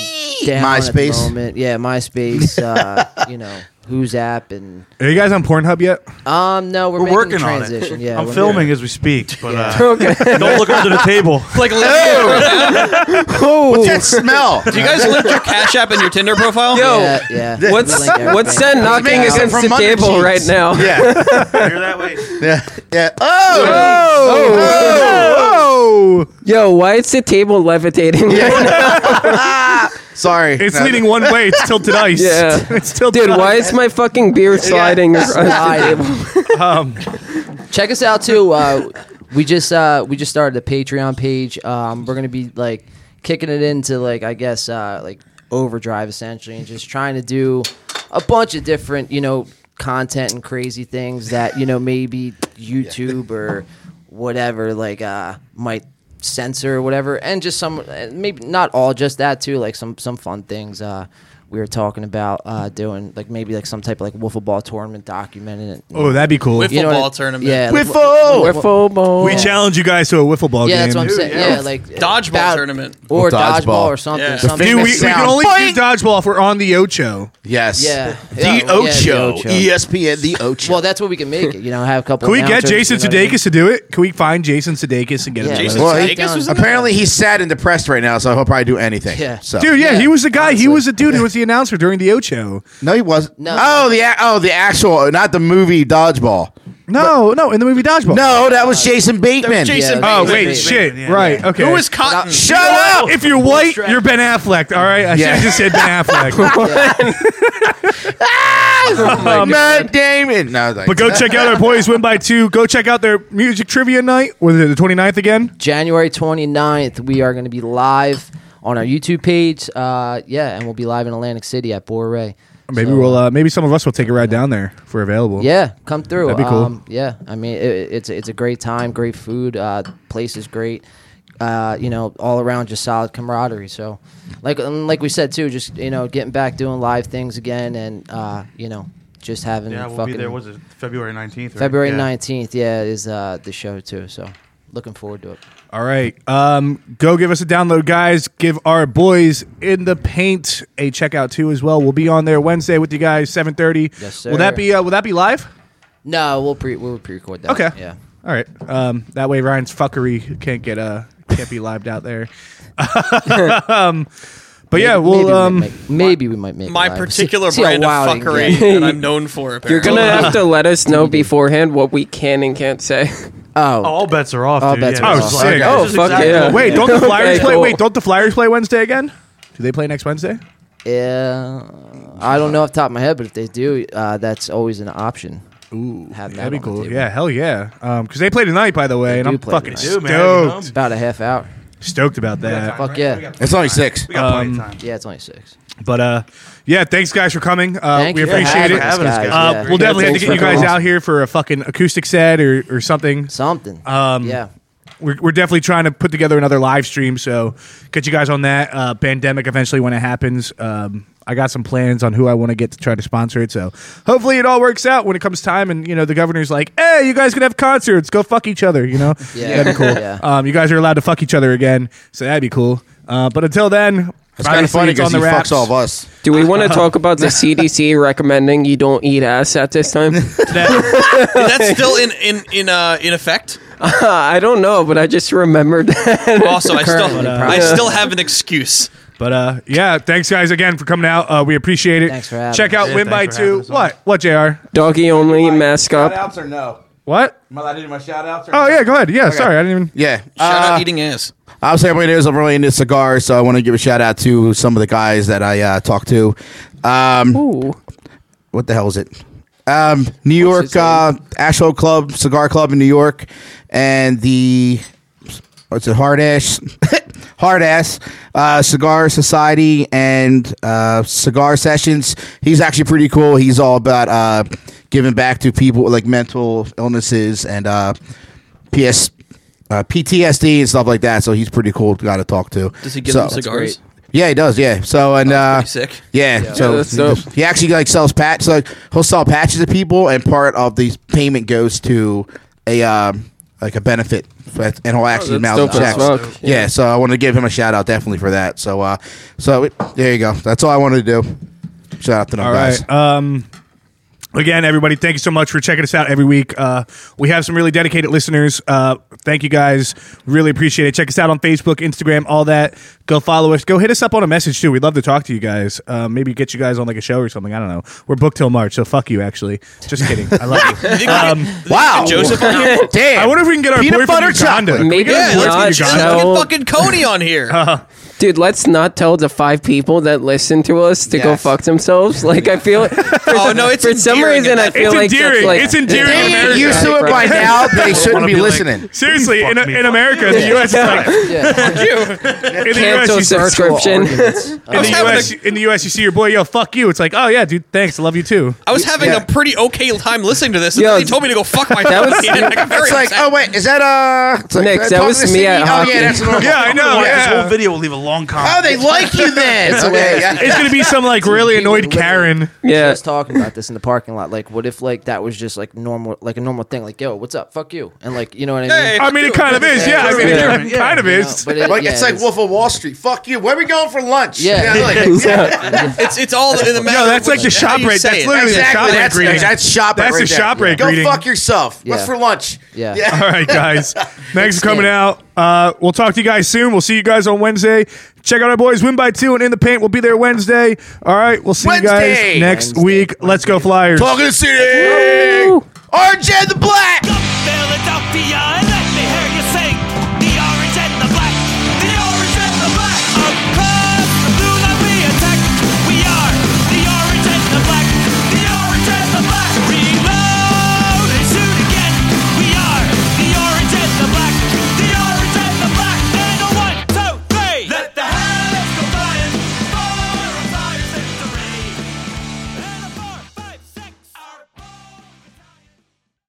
down At
MySpace.
the moment. Yeah, MySpace. Uh, you know, Who's app and
Are you guys on Pornhub yet?
um, no, we're,
We're
making
working
the
on
transition.
it.
Yeah,
I'm
we're-
filming as we speak, but uh, [laughs] don't look under the
[laughs]
table.
Like, lift-
What's
[laughs]
that smell?
do you guys lift your Cash App and your Tinder profile?
Yo.
Yeah, yeah. We
[laughs] What's
link everything.
what's that knocking
making it
against
from
the
under
table
cheeks.
right now?
yeah.
You're that way.
Yeah. Yeah. Oh.
Oh,
Yo, why is the table levitating? [laughs]
Sorry.
it's
No.
leaning one way. It's tilted ice.
Yeah.
[laughs] it's tilted.
Dude, why
ice.
is my fucking beer sliding across
Sliding.
the table?
Um,
check us out too. Uh, we just uh, we just started a Patreon page. Um, we're gonna be like kicking it into like I guess uh, like overdrive essentially, and just trying to do a bunch of different you know content and crazy things that you know maybe YouTube or whatever like uh, might censor or whatever, and just some uh, maybe not all just that too, like some some fun things. Uh, we were talking about uh, doing like maybe like some type of like wiffle ball tournament documented. it.
Oh, that'd be cool.
With-
You know
Football
what I-
tournament.
Yeah, like,
Wiffle.
Wiffle ball.
we challenge you guys to a wiffle ball
yeah,
game.
that's what I'm saying. Yeah, like
Dodgeball tournament.
or
Or
dodgeball.
dodgeball.
or something.
Yeah. The
something.
Dude, we, we
Famous
can
sound.
only
Boing.
do dodgeball if we're on the Ocho.
Yes.
yeah,
The,
yeah, yeah, the
Ocho. E
Ocho.
ESPN. The
[laughs]
Ocho.
well, that's what we can make it. You know, have a couple.
Can we get
announcers,
Jason
you know what I mean?
Sudeikis to do it? Can we find Jason Sudeikis and get him?
Yeah.
to do
Jason
it?
Well,
Sudeikis
he-
was in that?
Apparently he's sad and depressed right now, so he'll probably do anything.
Yeah.
So.
Dude, yeah,
Yeah,
he was the guy. He was the dude who was the announcer during the Ocho.
No, he wasn't.
No.
Oh, the a- oh the actual, not the movie Dodgeball.
No, no, in the movie Dodgeball.
No, that was Jason Bateman.
Yeah,
Jason
Oh
Bateman.
wait,
Bateman,
shit.
yeah.
Right.
Yeah.
Okay.
Who is Cotton?
Shut up!
If you're white, you're Ben Affleck. All right. I should have just said Ben Affleck.
Matt Oh, Damon. No, like,
but go check out our boys win by two. Go check out their music trivia night. Was it the 29th again?
January 29th, we are going to be live on our YouTube page. Uh, yeah, and we'll be live in Atlantic City at Borre.
Maybe we'll. Uh, maybe some of us will take a ride down there if we're available.
Yeah, come through.
That'd be cool.
Um, yeah, I mean, it, it's it's a great time, great food, uh, place is great. Uh, you know, all around just solid camaraderie. So, like and like we said too, just you know, getting back doing live things again, and uh, you know, just having
Yeah, we'll
fucking
be there. Was it February nineteenth?
February nineteenth. Yeah. is uh, the show too. So, looking forward to it.
All right. Um, go give us a download, guys. Give our boys in the paint a checkout too as well. We'll be on there Wednesday with you guys, 7:30.
Yes,
Will that
sir.
be? Uh, will that be live?
No, we'll pre we'll pre-record that.
Okay.
Yeah.
All right. Um, that way Ryan's fuckery can't get uh can't be lived out there. [laughs] um, but yeah,
Maybe-
we'll
maybe
um.
we might make, maybe we might make
My
it live. [laughs]
particular
See- see how
brand of
wild it can get.
fuckery that I'm known for. Apparently.
You're gonna have to let us know beforehand what we can and can't say. [laughs]
Oh,
All bets are off.
All
dude.
bets
yeah,
are
this
off.
is-
Oh,
this
sick.
is
Oh, fuck
exactly-
[laughs]
yeah.
Wait, don't the Flyers
Okay,
play?
cool.
Wait, don't the Flyers play Wednesday again? Do they play next Wednesday?
Yeah, I don't know off the top of my head, but if they do, uh, that's always an option. Ooh, Have
That'd be
on the
cool.
table.
Yeah, hell yeah. Um, because they play tonight, by the way, and
do
I'm
play
fucking
tonight.
They do,
stoked,
man. You know?
It's about a half hour.
stoked about that.
Fuck yeah.
We got
It's only six.
we got plenty of time.
Yeah, it's only six.
But uh, yeah, thanks guys for coming. Uh,
Thank
we
you for
appreciate
having
it.
us,
Having us,
guys.
guys.
Uh,
Yeah.
we'll definitely have to
Thanks
get
for
you guys
coming.
out here for a fucking acoustic set or, or something.
something.
Um,
yeah,
We're, we're definitely trying to put together another live stream, so get you guys on that. Uh, pandemic eventually when it happens. Um, I got some plans on who I want to get to try to sponsor it, so hopefully it all works out when it comes time. And you know, the governor's like, "Hey, you guys can have concerts. Go fuck each other." You
[laughs]
know,
Yeah.
that'd be cool.
Yeah.
Um, you guys are allowed to fuck each other again, so that'd be cool. Uh, but until then,
It's kind of
obviously
funny
it's on
because he
the wraps.
fucks all of us.
[laughs]
Do we want to talk about the CDC recommending you don't eat ass at this time? [laughs]
That's still in in in uh in effect.
I don't know, but I just remembered that. [laughs]
Also, I still
Currently,
I
probably.
still have an excuse.
But uh, yeah, thanks guys again for coming out. Uh, we appreciate it.
Thanks for having
Check
us.
out
Yeah,
Win
thanks
by
for having
Two.
us on.
What? What? Jr.
Doggy only mask up.
outs or no?
What?
Am I allowed to do my shout outs?
Oh yeah, go ahead. Yeah, sorry, I didn't even.
Yeah.
Shout
uh,
out eating ass.
I was everybody knows I'm really into cigars, so I want to give a shout out to some of the guys that I uh, talked to. Um,
Ooh.
what the hell is it? Um, New
his
York
name?
uh, Asheville Club Cigar Club in New York, and the what's it? Hard ash, [laughs] hard ass uh, Cigar Society and uh, Cigar Sessions. He's actually pretty cool. He's all about uh, giving back to people with, like mental illnesses and uh, PS. Uh, PTSD and stuff like that, so he's pretty cool guy to talk to.
Does he give
So-
them cigars?
Yeah, he does. Yeah. So and uh,
That's pretty sick.
yeah, so
Yeah, that's dope.
he actually like sells patch. Like he'll sell patches to people, and part of the payment goes to a um, like a benefit, and he'll actually
that's
mouth
dope
the
as
checks.
fuck.
Yeah. so I want to give him a shout out definitely for that. So uh, so it- there you go. That's all I wanted to do. Shout out to them
All
guys.
right. Um, again, everybody, thank you so much for checking us out every week. Uh, we have some really dedicated listeners. Uh, thank you guys. Really appreciate it. Check us out on Facebook, Instagram, all that. Go follow us. Go hit us up on a message too. We'd love to talk to you guys. Uh, maybe get you guys on like a show or something. I don't know. We're booked till March, so fuck you. Actually, just kidding. I love you.
You think we can-
Um,
you think
wow.
we can Joseph on
[laughs]
here?
[laughs] Damn.
I wonder if we can get our
Peanut
boy
butter
from Uganda.
chocolate.
Maybe
Yeah, let's,
not
let's
tell,
get fucking Cody
[laughs]
on here.
dude. Let's not tell the five people that listen to us to go
Yes.
fuck themselves. Like I feel,
oh no, it's
for some
endearing.
reason, I feel
It's
like that's
endearing.
like
It's endearing
They
in
ain't
America.
used to it by now. They shouldn't
Wanna
be,
be like-
listening.
Seriously,
Fuck
in,
me,
in
fuck
America, in the U.S., it's
[laughs]
like
[laughs]
in the
Cancel
US, you see-
[laughs]
subscription. [laughs]
in the
I was having
US, in the US, you see your boy, yo, fuck you. It's like, oh yeah, dude, thanks, I love you too.
I was having
Yeah.
a pretty okay time listening to this, and
Yo,
then he told me to go fuck my that
was-
[laughs]
It's like, oh wait, is that uh? It's like,
Nick,
uh,
that
talking
was
to
me
Sydney?
at
Oh
hockey.
yeah, that's normal.
Yeah, I know.
Oh, This
Yeah.
whole video will leave a long comment.
Oh, they like you then. okay. yeah.
It's gonna be some like really
people
annoyed
literally-
Karen.
yeah.
Just talking about this in the parking lot. Like, what if like that was just like normal, like a normal thing? Like, yo, what's up? Fuck you. And like, you know what I mean?
Hey.
I mean, it kind of is. Yeah, I mean,
Yeah.
it kind of
You know,
is.
but it-
Like,
yeah,
it's like
it's-
Wolf of Wall Street. Fuck you. Where we going for lunch?
Yeah. [laughs]
like,
It's it's all in the matter.
Yo, that's
of
like the
what- how
shop
you
rate. That's
say it.
literally the shop
exactly.
rate
That's,
greeting.
that's shop.
That's
right
a
there.
shop rate
Go
greeting.
fuck yourself. What's
Yeah.
for lunch?
Yeah.
All right,
[laughs]
guys. Thanks for coming out. Uh, we'll talk to you guys soon. We'll see you guys on Wednesday. Check out our boys Win by Two and In the Paint. We'll be there Wednesday. All right, we'll see you guys
Wednesday.
next week. Let's go Flyers.
Talking city. Orange and the Black.